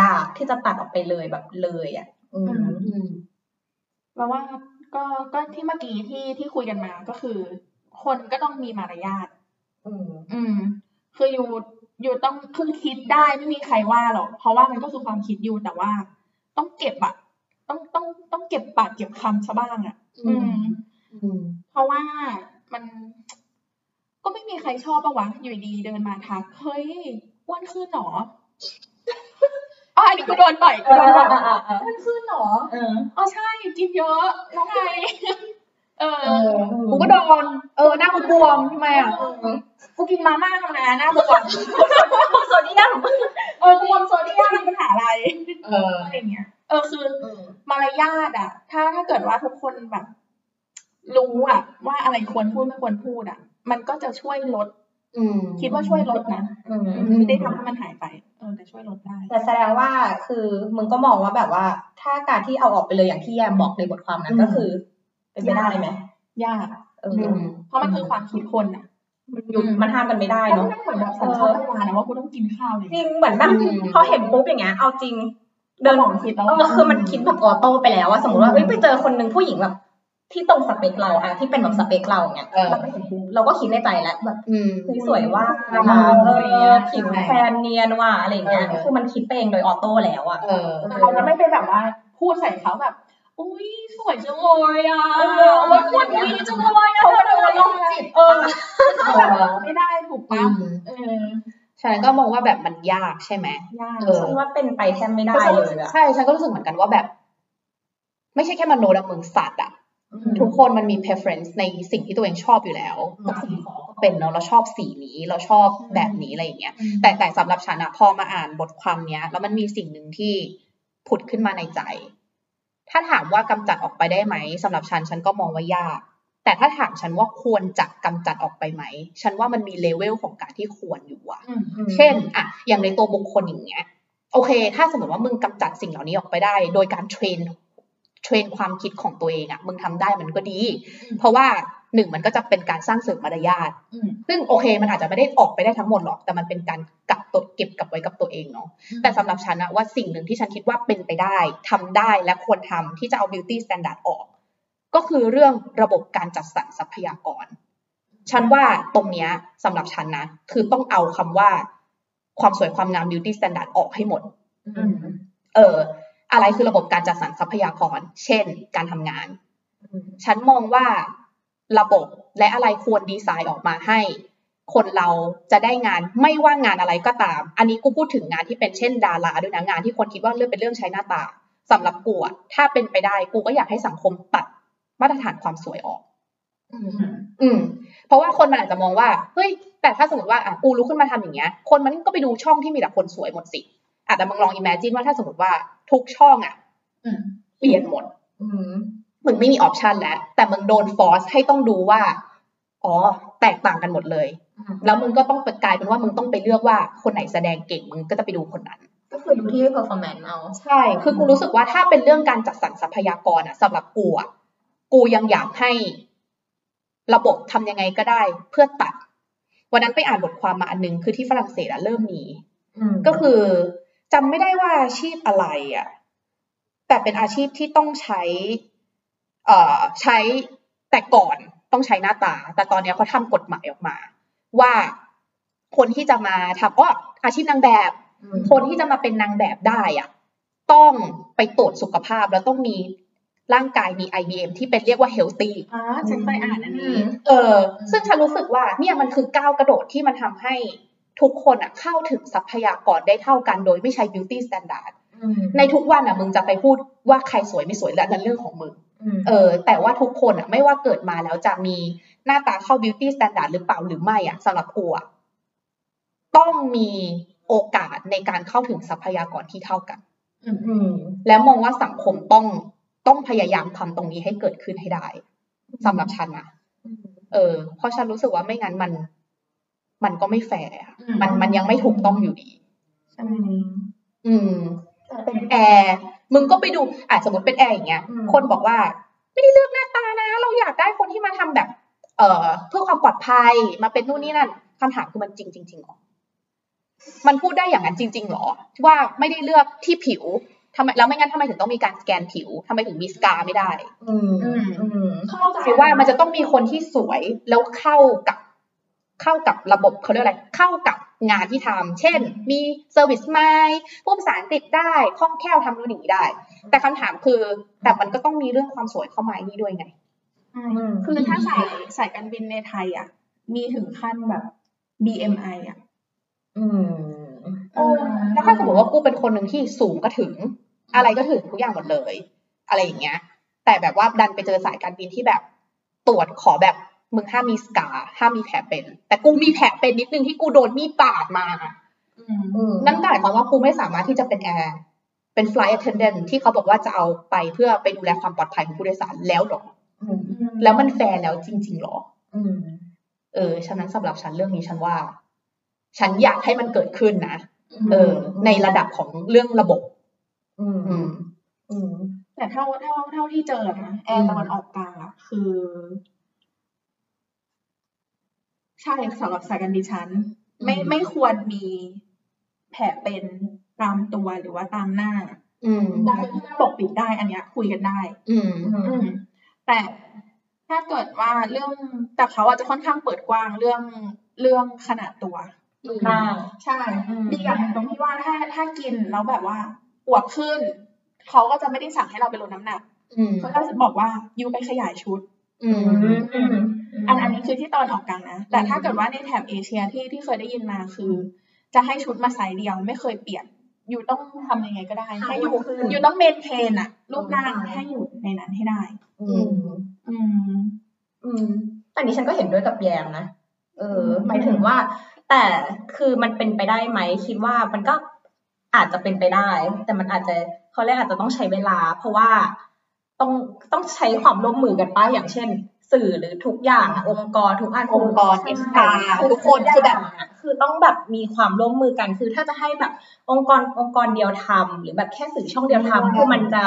ยากที่จะตัดออกไปเลยแบบเลยอ่ะอื
อื
ม
ม
อืม
เราว่าก็ก็ที่เมื่อกี้ที่ที่คุยกันมาก็คือ คนก็ต้องมีมารยาท
อืม
อืม คืออยู่อยู่ต้องคือคิดได้ไม่มีใครว่าหรอกเพราะว่ามันก็คือความคิดอยู่แต่ว่า ต้องเก็บอะต้องต้องต้องเก็บปากเก็บคำซะบ้างอะ
อื
อื
ม
ม
อืม
เพราะว่ามันก็ไม่มีใครชอบปะวะอยู่ดีเดินมาทักเฮ้ยอ้วนขึ้นหนอ อ๋ออันนี้กูโดนบ่ อยกูโดนบ่อยอ้วนขึ้นหนอ
เออ
อ๋อใช่กินเยอะน้องไงเออ
เออ
กูก็โดนเออหน้ากูบวมทำไมอ่ะ
กูกินมาม่ามานะหน้าบวม
โซเดียม
เออบวมโซเดียมมันปัญหาอะไร
เออ
อะไรเงี้ยเออคือมารยาทอะถ้าถ้าเกิดว่าทุกคนแบบ รู้อะว่าอะไรควรพูดไม่ควรพูดอะมันก็จะช่วยลด
อืม
คิดว่าช่วยลดนะ
อืม
ม
ไม่ได้ทำให้มันหายไป เออแต่ช่วยลดได้
แต่แสดงว่าคือมึงก็มองว่าแบบว่า ถ้าการที่เอาออกไปเลยอย่างที่แยมบอกในบทความนั้นก็คือ เป็นไปได้ไหม
ยาก
เออ
อืม
เพราะมันคือความคิดคนอะ
มันหยุดมันห้ามกันไม่ได้
แล้ว
เนาะ
มันเหมือนแบบสัญชาตญาณนะว่ากูต้องกินข้าวเลย
จริงเหมือนแบบ
อืม
พอเห็นปุ๊บอย่างเงี้ยเอาจริง เดิน
สมองคิดแล้ว
เออคือมันคิดแบบออโต้ไปแล้วอะสมมติว่าเอ้ยไปเจอคนหนึ่งผู้หญิงแบบ ที่ตรงสเปคเราอะที่เป็นแบบสเปคเราเนี่ย
เออ
เราไปเห็นปุ๊บเราก็คิดในใจแล้วแบบ
อืม
คือสวยว่า
อืม
เออผิวแฟนเนียนว่ะอะไรอย่างเงี้ย
เออ
คือมันคิดไปเองโดยออโต้แล้วอ่ะ
เออ
แต่เราจะไม่ไปแบบว่า พูดใส่เขาแบบ อุ้ยสวยจังเลยอ่ะ
เออ
วันวันนี้จังเลยอ่ะเขาเป็นโรคจิตเออ
เออ
ไม่ได้ถูก
อื
ปะ
ม
เออ
ฉันก็มองว่าแบบมันยากใช่ไหม
ยาก
เออ
ฉันว่าเป็นไปแทบไม่ได้เลยอ่ะ
ใช่ฉันก็รู้สึกเหมือนกันว่าแบบ ไม่ใช่แค่มโนแต่มึงสัตว์อ่ะ
อืม
ทุกคนมันมี preference ในสิ่งที่ตัวเองชอบอยู่แล้ว
อืม
กับสิ่งของก็เป็นเนาะเราชอบสีนี้เราชอบแบบนี้อะไรอย่างเงี้ย แต่แต่สำหรับฉันอะพอมาอ่านบทความเนี้ย แล้วมันมีสิ่งหนึ่งที่ผุดขึ้นมาในใจ ถ้าถามว่ากำจัดออกไปได้ไหมสำหรับฉันฉันก็มองว่ายาก แต่ถ้าถามฉันว่าควรจะกำจัดออกไปไหม ฉันว่ามันมีเลเวลของการที่ควรอยู่อะ
อืม
อืม
เช่นอะอย่างในตัวบุคคลอย่างเงี้ย โอเค ถ้าสมมติว่ามึงกำจัดสิ่งเหล่านี้ออกไปได้ โดยการเทรน เทรนความคิดของตัวเองอะมึงทำได้มันก็ดี เพราะว่าหนึ่งมันก็จะเป็นการสร้างเสริมมารยาท
อืม
ซึ่งโอเค มันอาจจะไม่ได้ออกไปได้ทั้งหมดหรอก แต่มันเป็นการกักตัวเก็บกับไว้กับตัวเองเนาะ แต่สำหรับฉันอะว่าสิ่งหนึ่งที่ฉันคิดว่าเป็นไปได้ทำได้และควรทำที่จะเอา beauty standard ออก ก็คือเรื่องระบบการจัดสรรทรัพยากร ฉันว่าตรงเนี้ยสำหรับฉันนะ คือต้องเอาคำว่าความสวยความงาม beauty standard ออกให้หมด
อืม
เออ อะไรคือระบบการจัดสรรทรัพยากร เช่น การทำงาน
อืม
ฉันมองว่าระบบและอะไรควรดีไซน์ออกมาให้ คนเราจะได้งานไม่ว่างานอะไรก็ตาม อันนี้กูพูดถึงงานที่เป็นเช่นดาราด้วยนะงานที่คนคิดว่าเรื่องเป็นเรื่องใช้หน้าตาสำหรับกูอะถ้าเป็นไปได้กูก็อยากให้สังคมตัดมาตรฐานความสวยออก
อืม
อืม เพราะว่าคนมันอาจจะมองว่าเฮ้ยแต่ถ้าสมมติว่าอ่ะกูรู้ขึ้นมาทำอย่างเงี้ย คนมันก็ไปดูช่องที่มีแต่คนสวยหมดสิอาจจะแต่มึงลองอิมเมจินว่าถ้าสมมติว่าทุกช่องอ่ะ
อืม
เปลี่ยนหมด
อืม
มึงไม่มีออปชันแล้ว แต่มึงโดนฟอร์สให้ต้องดูว่า อ๋อ แตกต่างกันหมดเลย แล้วมึงก็ต้องกลายเป็นว่ามึงต้องไปเลือกว่าคนไหนแสดงเก่ง มึงก็จะไปดูคนนั้น
ก็คือดูที่ performance เอา
ใช่ คือกูรู้สึกว่าถ้าเป็นเรื่องการจัดสรรทรัพยากรอะสำหรับกูอะกูยังอยากให้ระบบทำยังไงก็ได้เพื่อตัด วันนั้นไปอ่านบทความมาอันหนึงคือที่ฝรั่งเศสอะเริ่มมี
อืม
ก็คือจำไม่ได้ว่าอาชีพอะไรอ่ะ แต่เป็นอาชีพที่ต้องใช้ เอ่อใช้แต่ก่อนต้องใช้หน้าตา แต่ตอนเนี้ยเขาทำกฎหมายออกมา ว่าคนที่จะมาทำอ้ออาชีพนางแบบ
ม
คนที่จะมาเป็นนางแบบได้อ่ะ ต้องไปตรวจสุขภาพแล้วต้องมีร่างกายมี IBM ที่เป็นเรียกว่า healthy
อ่าฉันเคยอ่านอันนี้
ม
เออ ซึ่งฉันรู้สึกว่าเนี่ยมันคือก้าวกระโดดที่มันทำให้ ทุกคนอะเข้าถึงทรัพยากรได้เท่ากันโดยไม่ใช้ beauty standard
อืม
ในทุกวันอะมึงจะไปพูดว่าใครสวยไม่สวยและนั่นเรื่องของมึง
อืม
เออแต่ว่าทุกคนอ่ะไม่ว่าเกิดมาแล้วจะมีหน้าตาเข้า beauty standard หรือเปล่าหรือไม่อ่ะสำหรับกูอ่ะต้องมีโอกาสในการเข้าถึงทรัพยากรที่เท่ากัน
อืม
และมองว่าสังคมต้องต้องพยายามทำตรงนี้ให้เกิดขึ้นให้ได้สำหรับฉันนะเออเพราะฉันรู้สึกว่าไม่งั้นมัน มันก็ไม่แฟร์อะ
อืม
มันมันยังไม่ถูกต้องอยู่ดี
ใช่
อืม เป็นแอร์มึงก็ไปดูอ่ะสมมติเป็นแอร์อย่างเงี้ย
อืม
คนบอกว่า ไม่ได้เลือกหน้าตานะ เราอยากได้คนที่มาทำแบบ เอ่อเพื่อความปลอดภัยมาเป็นนู่นนี่นั่นคำถามคือมันจริงจริงๆหรอมันพูดได้อย่างนั้นจริง ๆ หรอ ว่าไม่ได้เลือกที่ผิวทำไมแล้วไม่งั้นทำไมถึงต้องมีการสแกนผิวทำไมถึงมีสกาไม่ได้
อืมอืมอืม
เข้าใจ
คือว่ามันจะต้องมีคนที่สวยแล้วเข้ากับ เข้ากับระบบเขาเรียกอะไร เข้ากับงานที่ทำเช่น มีเซอร์วิสไหมพูดภาษาอังกฤษได้คล่องแคล่วทำนู่นนี่ได้ แต่คำถามคือ แต่มันก็ต้องมีเรื่องความสวยเข้ามาไอ้นี่ด้วยไง
อืม
คือถ้าสายสายการบินในไทยอ่ะ มีถึงขั้นแบบ BMI อ่ะ
อืม
เออ
แล้วถ้าสมมติว่ากูเป็นคนหนึ่งที่สูงก็ถึง อะไรก็ถึงทุกอย่างหมดเลย อะไรอย่างเงี้ย แต่แบบว่าดันไปเจอสายการบินที่แบบตรวจขอแบบมึงห้ามมีสกาห้ามมีแผลเป็น แต่กูมีแผลเป็นนิดนึงที่กูโดนมีดบาดมา
อืม
อืม
นั่นหมายความว่ากูไม่สามารถที่จะเป็นแอร์เป็น flight attendant ที่เขาบอกว่าจะเอาไปเพื่อไปดูแลความปลอดภัยของผู้โดยสารแล้วหรอ
อืม
แล้วมันแฟร์แล้วจริง ๆหรอ
อืม
เออ ฉะนั้นสำหรับฉันเรื่องนี้ฉันว่า ฉันอยากให้มันเกิดขึ้นนะ เออ ในระดับของเรื่องระบบ
อืม
อืม
อืม
แต่เท่าเท่าเท่าที่เจอนะแอร์ตะวันออกกลางอ่ะคือ ใช่สำหรับสายการบินชั้น ไม่
อืม
ไม่ควรมีแผลเป็นตามตัวหรือว่าตามหน้า
อืม
บางคนที่มันปกปิดได้อันเนี้ย คุยกันได้
อืม
อืมแต่ถ้าเกิดว่าเรื่องแต่เขาอาจจะค่อนข้างเปิดกว้างเรื่องเรื่องขนาดตัว
บ้าง
ใช่
อืม
ดีอย่างหนึ่งตรงที่ว่าถ้าถ้ากินแล้วแบบว่าอวบขึ้น เขาก็จะไม่ได้สั่งให้เราไปลดน้ำหนัก
อืม
เขาก็จะบอกว่ายูไปขยายชุด
อืม
อันอันนี้คือที่ตอนออกกลางนะ แต่ถ้าเกิดว่าในแถบเอเชียที่ที่เคยได้ยินมาคือ จะให้ชุดมาไซส์เดียวไม่เคยเปลี่ยนอยู่ต้องทำยังไงก็ได้
ให้
ให้อยู่
อ้วนขึ้น
อยู่ต้องเมนเทนอะรูปร่างให้อยู่ในนั้นให้ได้
อืม
อืม
อืมแต่นี้ฉันก็เห็นด้วยกับแยมนะเออหมายถึงว่า แต่คือมันเป็นไปได้ไหมคิดว่ามันก็อาจจะเป็นไปได้ แต่มันอาจจะเขาเรียกอาจจะต้องใช้เวลา เพราะว่าต้องต้องใช้ความร่วมมือกันป้าอย่างเช่น สื่อหรือทุกอย่างอะองค์กรทุกอัน
องค์กร SR ทุกคนคือแบบ
คือต้องแบบมีความร่วมมือกันคือถ้าจะให้แบบองค์กรองค์กรเดียวทำหรือแบบแค่สื่อช่องเดียวทำคือมันจะ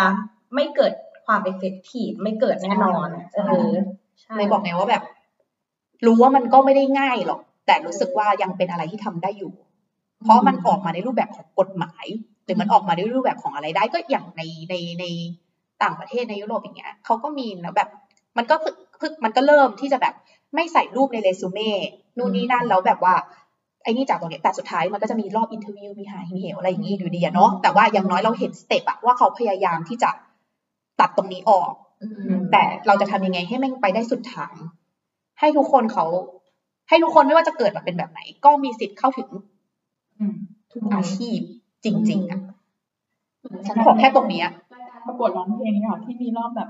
ไม่เกิดความเอฟเฟกตีฟไม่เกิดแน่นอนเออใช่
เลยบอกไงว่าแบบ รู้ว่ามันก็ไม่ได้ง่ายหรอก แต่รู้สึกว่ายังเป็นอะไรที่ทำได้อยู่ เพราะมันออกมาในรูปแบบของกฎหมาย หรือมันออกมาในรูปแบบของอะไรได้ก็อย่างในในในต่างประเทศในยุโรปอย่างเงี้ยเขาก็มีนะแบบ มันก็พึ่งมันก็เริ่มที่จะแบบไม่ใส่รูปในเรซูเม่นู่นนี่นั่นแล้วแบบว่าไอ้นี่จากตรงเนี้ยแต่สุดท้ายมันก็จะมีรอบอินเทอร์วิวมีหายมีเหวอะไรอย่างงี้อยู่ดีอะเนาะแต่ว่าอย่างน้อยเราเห็นสเต็ปอะว่าเขาพยายามที่จะตัดตรงนี้ออก
อืม
แต่เราจะทำยังไงให้แม่งไปได้สุดทาง ให้ทุกคนเขา ให้ทุกคนไม่ว่าจะเกิดมาเป็นแบบไหน ก็มีสิทธิ์เข้าถึง
อืม
ทุกอาชีพจริง ๆอ่ะฉันขอแค่ตรงเนี้ย
รายการประกวดร้องเพลงเนี่ยหรอที่มีรอบแบบ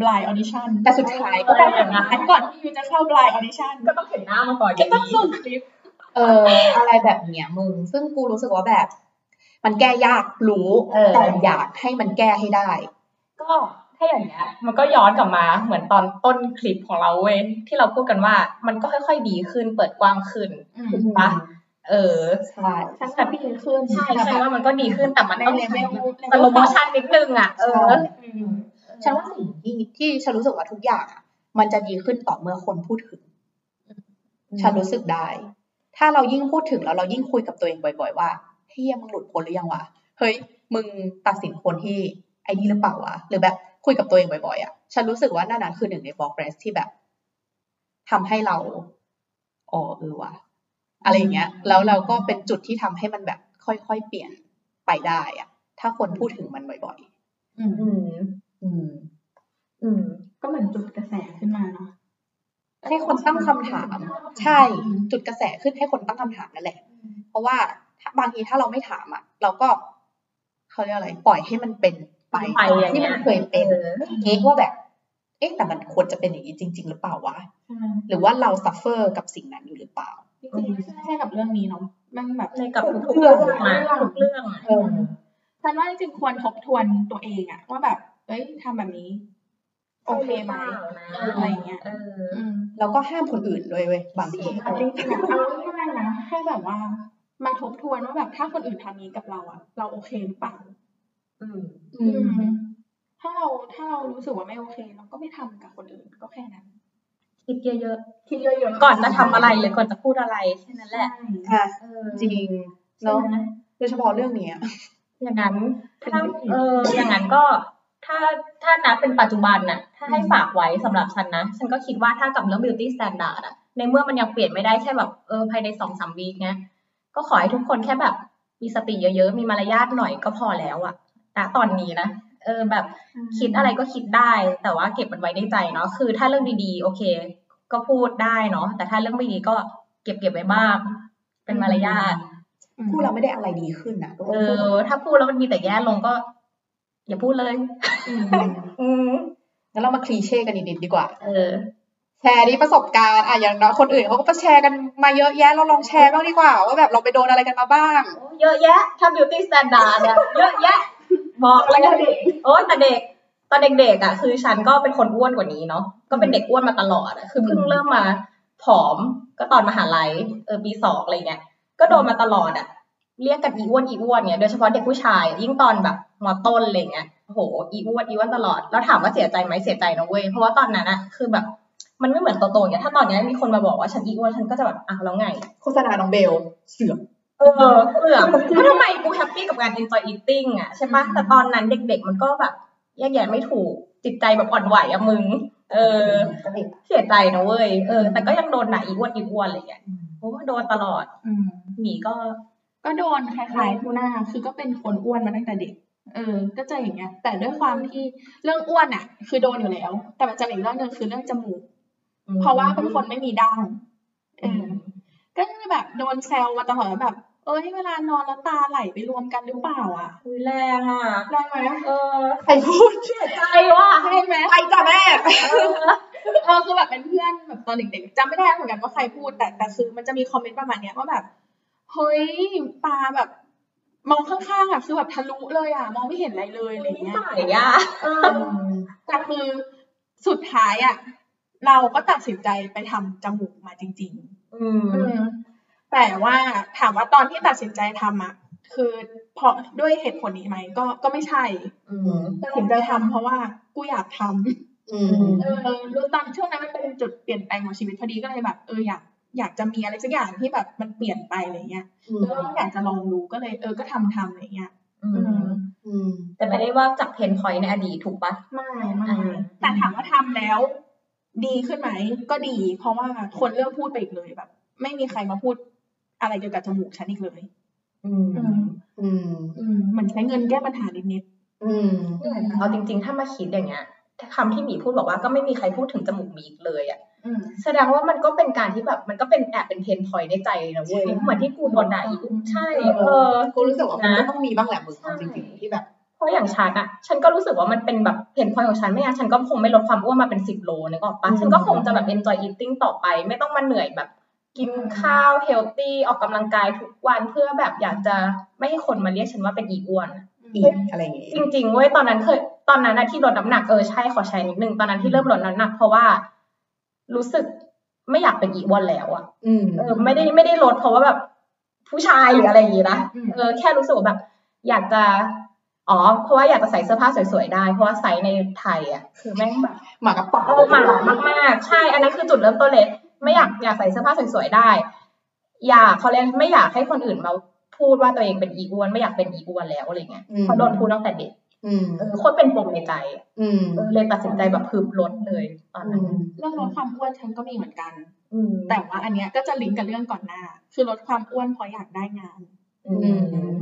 blind audition
แต่สุดท้ายก็ได้แบบนั้น
อันก่อนที่ยูจะเข้า blind audition
ก็ต้องเห็นหน้ามาก่อน
ก็ต้องส่งคลิป
เออ อะไรแบบเนี้ยมึง ซึ่งกูรู้สึกว่าแบบ มันแก้ยากรู้
เออ
แต่อยากให้มันแก้ให้ได้
ก็ถ้าอย่างเงี้ยมันก็ย้อนกลับมาเหมือนตอนต้นคลิปของเราเว้ยที่เราพูดกันว่ามันก็ค่อยๆดีขึ้นเปิดกว้างขึ้น
อืม
ถูกปะเออ
ใช่
ฉันจะดีขึ้น
ใช่ใช่ว่ามันก็ดีขึ้นแต่มันต้อง
ในเลเวล
สโลโมชันนิดนึงอ่ะเออ
อืม
ฉันว่าสิ่งที่ที่ฉันรู้สึกว่าทุกอย่างอะมันจะดีขึ้นต่อเมื่อคนพูดถึง ฉันรู้สึกได้ ถ้าเรายิ่งพูดถึงแล้วเรายิ่งคุยกับตัวเองบ่อย ๆ ว่าเฮียมึงหลุดพ้นหรือยังวะ เฮ้ย มึงตัดสินคนที่ไอ้นี่หรือเปล่าวะ หรือแบบคุยกับตัวเองบ่อยๆอ่ะ ฉันรู้สึกว่านั่นนะคือหนึ่งในบล็อกเรสที่แบบทำให้เราอ๋อเออวะอะไรอย่างเงี้ย แล้วเราก็เป็นจุดที่ทำให้มันแบบค่อยๆเปลี่ยนไปได้อ่ะ ถ้าคนพูดถึงมันบ่อย
อืม
อืม
ๆ อืม
อืม
ก็เหมือนจุดกระแสขึ้นมาเนาะ
ให้คนตั้งคำถาม ใช่ จุดกระแสขึ้นให้คนตั้งคำถามนั่นแหละ เพราะว่าถ้าบางทีถ้าเราไม่ถามอ่ะ เราก็เขาเรียกอะไร ปล่อยให้มันเป็นไป
ไปอย่างเงี้
ที่
ย
มันเคยเป็น
เออ
เอ๊ะว่าแบบ เอ๊ะแต่มันควรจะเป็นอย่างนี้จริง ๆ หรือเปล่าวะ หรือว่าเราซัฟเฟอร์กับสิ่งนั้นอยู่หรือเปล่า
จริงๆไม่ใช่แค่กับเรื่องนี้เนาะมันแบบ
ในกับทุก
เรื่
เรื่อง
อะ
มาทุกเรื่องอะ
เออ
ฉันว่าจริงๆควรทบทวนตัวเองอะว่าแบบ เอ้ยทำแบบนี้ โอเคไหมอะไรเงี้ย
เออ
อืม
แล้วก็ห้ามคนอื่นด้วยเว้ยบางที
เอาจริงๆอะเอาง่ายๆนะให้แบบว่ามาทบทวนว่าแบบถ้าคนอื่นทำนี้กับเราอะเราโอเคหรือเปล่า
อืม
อืม
ถ้าเราถ้าเรารู้สึกว่าไม่โอเค เราก็ไม่ทำกับคนอื่นก็แค่นั้น
คิดเยอะ
คิดเยอะ
ๆ ก่อนจะทำอะไรหรือก่อนจะพูดอะไรแค่นั้นแหละ
ใช่
อ่ะ
เออ
จริง
ใช่
เนาะ
ไหม
โดยเฉพาะเรื่องเนี้ย
อย่างนั้น
เป็น
ถ้า
วิธี
เอออย่างนั้นก็ถ้าถ้านับเป็นปัจจุบันน่ะ ถ้าให้ฝากไว้สำหรับฉันนะ ฉันก็คิดว่าถ้ากับเรื่อง beauty standard อะในเมื่อมันยังเปลี่ยนไม่ได้แค่แบบเออภายในสองสามวีคไงก็ขอให้ทุกคนแค่แบบมีสติเยอะๆ มีมารยาทหน่อยก็พอแล้วอะนะตอนนี้นะ เออแบบคิดอะไรก็คิดได้ แต่ว่าเก็บมันไว้ในใจเนาะคือถ้าเรื่องดีๆ โอเค ก็พูดได้เนาะแต่ถ้าเรื่องไม่ดีก็เก็บเก็บไว้บ้าง เป็นมารยาท
คู่เราไม่ได้อะไรดีขึ้นนะ
เออ ถ้าพูดแล้วมันมีแต่แย่ลงก็ อย่าพูดเลย อืม
งั้นเรามาคลีเช่กันนิดๆดีกว่า
เออ
แชร์ดีประสบการณ์อ่ะอย่างน้อยคนอื่นเขาก็มาแชร์กันมาเยอะแยะเราลองแชร์บ้างดีกว่า ว่าแบบเราไปโดนอะไรกันมาบ้าง
เยอะแยะ ถ้า beauty standard อะเยอะแยะ บอก
อะไรก็เด็ก
โอ้แต่เด็ก ตอนเด็กๆอะคือฉันก็เป็นคนอ้วนกว่านี้เนาะ ก็เป็นเด็กอ้วนมาตลอดอะคือเพิ่งเริ่มมาผอม ก็ตอนมหาลัย เออปีสองอะไรเงี้ย ก็โดนมาตลอดอะเรียกกันอีอ้วนอีอ้วนเนี่ย โดยเฉพาะเด็กผู้ชาย ยิ่งตอนแบบมต้นอะไรเงี้ย โอ้โห อีอ้วนอีอ้วนตลอด แล้วถามว่าเสียใจไหมเสียใจนะเว้ย เพราะว่าตอนนั้นอะคือแบบ มันไม่เหมือนโตๆเนี่ยถ้าตอนเนี้ยมีคนมาบอกว่าฉันอีอ้วน ฉันก็จะแบบอ้าวแล้วไง
โฆษณาน้องเบล เสือก
เออเสือกเพราะทำไมกูแฮปปี้กับการ enjoy eating อ่ะใช่ปะแต่ตอนนั้นเด็กๆ มันก็แบบแยกแยะไม่ถูก จิตใจแบบอ่อนไหวอะมึง เออ
ก็เด็ก
เสียใจนะเว้ย เออ แต่ก็ยังโดนหนาอีอ้วนอีอ้วนอะไรอย่างเงี้ยโอ้โดนตลอด
อืม
หมีก็
ก็โดนคล้ายๆทูน่าคือก็เป็นคนอ้วนมาตั้งแต่เด็ก เออ ก็เจออย่างเงี้ย แต่ด้วยความที่เรื่องอ้วนอ่ะ คือโดนอยู่แล้ว แต่มันจะมีอีกเรื่องหนึ่งคือเรื่องจมูก เพราะว่าเป็นคนไม่มีดั้งเอออ
ม
ก็จะแบบโดนแซวมาตลอดว่าแบบ เอ้ยเวลานอนแล้วตาไหลไปรวมกันหรือเปล่าอ่ะ
อุ๊ยแรงอ่ะ
ได้ไหม
เออ
ใครพูด
เสียใจว่ะ
ใช่ไหม
ใครจ้ะแม่
เออ
เออคือแบบเป็นเพื่อนแบบตอนเด็กๆจำไม่ได้เหมือนกันว่าใครพูดแต่แต่คือมันจะมีคอมเมนต์ประมาณเนี้ยว่าแบบ เฮ้ยตาแบบ มองข้างๆอ่ะคือแบบทะลุเลยอ่ะ มองไม่เห็นอะไรเลยอะไรอย่างเงี้ย
ใส่อ่ะเออ
แต่คือสุดท้ายอ่ะเราก็ตัดสินใจไปทำจมูกมาจริง
อืม
ๆ อืมแต่ว่าถามว่าตอนที่ตัดสินใจทำอ่ะ คือเพราะด้วยเหตุผลนี้ไหมก็ก็ไม่ใช่
อืม
ตัดสินใจทำเพราะว่ากูอยากทำ
อืม
เออรู้ตอนช่วงนั้นมันเป็นจุดเปลี่ยนแปลงของชีวิตพอดีก็เลยแบบเอออยากอยากจะมีอะไรสักอย่างที่แบบมันเปลี่ยนไปอะไรเงี้ย
อืม
แล้วก็อยากจะลองดูก็เลย เออก็ทำทำอะไรเงี้ย
อื
อื
ม
ม
อืม
แต่ไม่ได้ว่าจากเพนพอยในอดีตถูกปะ
ไม่ไม่
อ่า
แต่ถามว่าทำแล้ว ดีขึ้นไหมก็ดี เพราะว่าคนเลิกพูดไปอีกเลยแบบ ไม่มีใครมาพูดอะไรเกี่ยวกับจมูกฉันอีกเลย
อื
อื
ม
ม
อืม
อืมเหมือนใช้เงินแก้ปัญหานิด
อืม
ๆ
เอาจริงๆ ถ้ามาคิดอย่างเงี้ยคำที่หมีพูดบอกว่าก็ไม่มีใครพูดถึงจมูกหมีอีกเลยอ่ะ
อืม
แสดงว่ามันก็เป็นการที่แบบมันก็เป็นแอบเป็นเพนพอยในใจนะเว้ย
ใช่
เหมือนที่กูโดนด่าอีกใช่ เออ
กูรู้สึกว่ามัน
นะ
ก็ต้องมีบ้างแหละมึงเอาจริงๆที่แบบ
เพราะอย่างฉันอ่ะ ฉันก็รู้สึกว่ามันเป็นแบบเพนพอยของฉัน ไม่งั้นฉันก็คงไม่ลดความอ้วนมาเป็นสิบโลนึกออกปะ
อืม
ฉันก็คงจะแบบ enjoy eating ต่อไป ไม่ต้องมาเหนื่อยแบบ กินข้าวเฮลตี้ออกกำลังกายทุกวันเพื่อแบบอยากจะไม่ให้คนมาเรียกฉันว่าเป็นอีอ้วน
อีกอะไรอย่างเงี้ย
จริงๆเว้ยตอนนั้นเคยตอนนั้นนะที่ลดน้ำหนักเออใช่ขอแชร์นิดนึงตอนนั้นที่เริ่มลดน้ำหนัก เพราะว่ารู้สึกไม่อยากเป็นอีวอนแล้วอะ
อืม
เออไม่ได้ไม่ได้ลดเพราะว่าแบบผู้ชายหรืออะไรอย่างงี้นะ
อืม
เออแค่รู้สึกว่าแบบ อยากจะอ๋อเพราะว่าอยากจะใส่เสื้อผ้าสวยๆได้ เพราะว่าไซส์ในไทยอะคือแม่งแบบ
หมากระป๋อง
เออหมามากๆ ใช่ อันนั้นคือจุดเริ่มต้นเลยไม่อยากอยากใส่เสื้อผ้าสวยๆได้ อยากเขาเรียกไม่อยากให้คนอื่นมาพูดว่าตัวเองเป็นอีอ้วนไม่อยากเป็นอีอ้วนแล้วอะไรเงี้ยเพราะโดนพูดตั้งแต่เด็ก
อืม
เออคนเป็นปมในใจอะ
อืม
เออเลยตัดสินใจแบบพึบลดเลยตอนนั้น
เรื่องลดความอ้วนฉันก็มีเหมือนกัน
อืม
แต่ว่าอันเนี้ยก็จะลิงก์กับเรื่องก่อนหน้า คือลดความอ้วนเพราะอยากได้งาน
อืม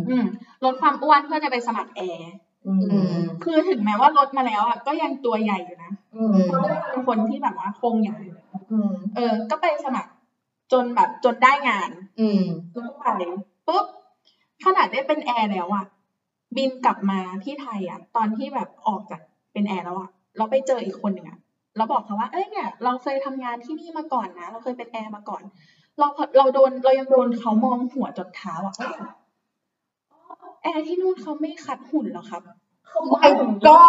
อืมลดความอ้วนเพื่อจะไปสมัครแอร์
อื
อื
ม
ม
คือถึงแม้ว่าลดมาแล้วอ่ะก็ยังตัวใหญ่อยู่นะ
อืม
เพราะด้วยความเป็นคนที่แบบว่าโครงใหญ่อยู่แล้ว
อืม
เออ ก็ไปสมัครจนแบบจนได้งาน
อืม
แล้วก็ไป ปุ๊บขนาดได้เป็นแอร์แล้วอะบินกลับมาที่ไทยอะตอนที่แบบออกจากเป็นแอร์แล้วอะเราไปเจออีกคนหนึ่งอะเราบอกเขาว่าเอ้ยเนี่ย เราเคยทำงานที่นี่มาก่อนนะ เราเคยเป็นแอร์มาก่อน เราเราโดนเรายังโดนเขามองหัวจดเท้าอะเอ้ยแอร์ที่นู่นเขาไม่คัดหุ่นหรอครับ
ไอ้ก็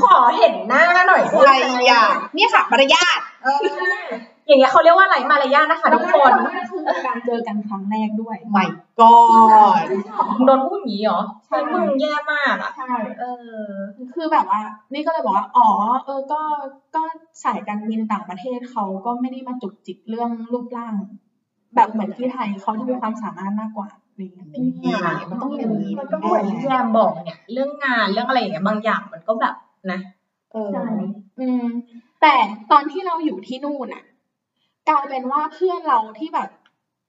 ขอเห็นหน้าหน่อยสิ
อะไรอ่ะเนี่ยค่ะมารยาท
เอออย่างเงี้ยเขาเรียกว่าไหลมารยาทนะคะทุกคน
แล้วก็คือการเจอกันครั้งแรกด้วย
my god
มึงโดนพูดอย่างนี้เหรอ
ใช่
ใช่มึงแย่มากอ่ะ
ใช่
เออ
คือแบบว่า นี่ก็เลยบอกว่า อ๋อ เออ ก็ ก็สายการบินต่างประเทศเขาก็ไม่ได้มาจุกจิกเรื่องรูปร่าง แบบเหมือนที่ไทยเขาดูความสามารถมากกว่าอะไรอย่างเงี้ย
นี่มันต้องอย่างนี้
มันก็เหมือนที่แยมบอกเนี่ย เรื่องงานเรื่องอะไรอย่างเงี้ยบางอย่างมันก็แบบนะ
เออ
ใช่อืม แต่ตอนที่เราอยู่ที่นู่นอ่ะ กลายเป็นว่าเพื่อนเราที่แบบ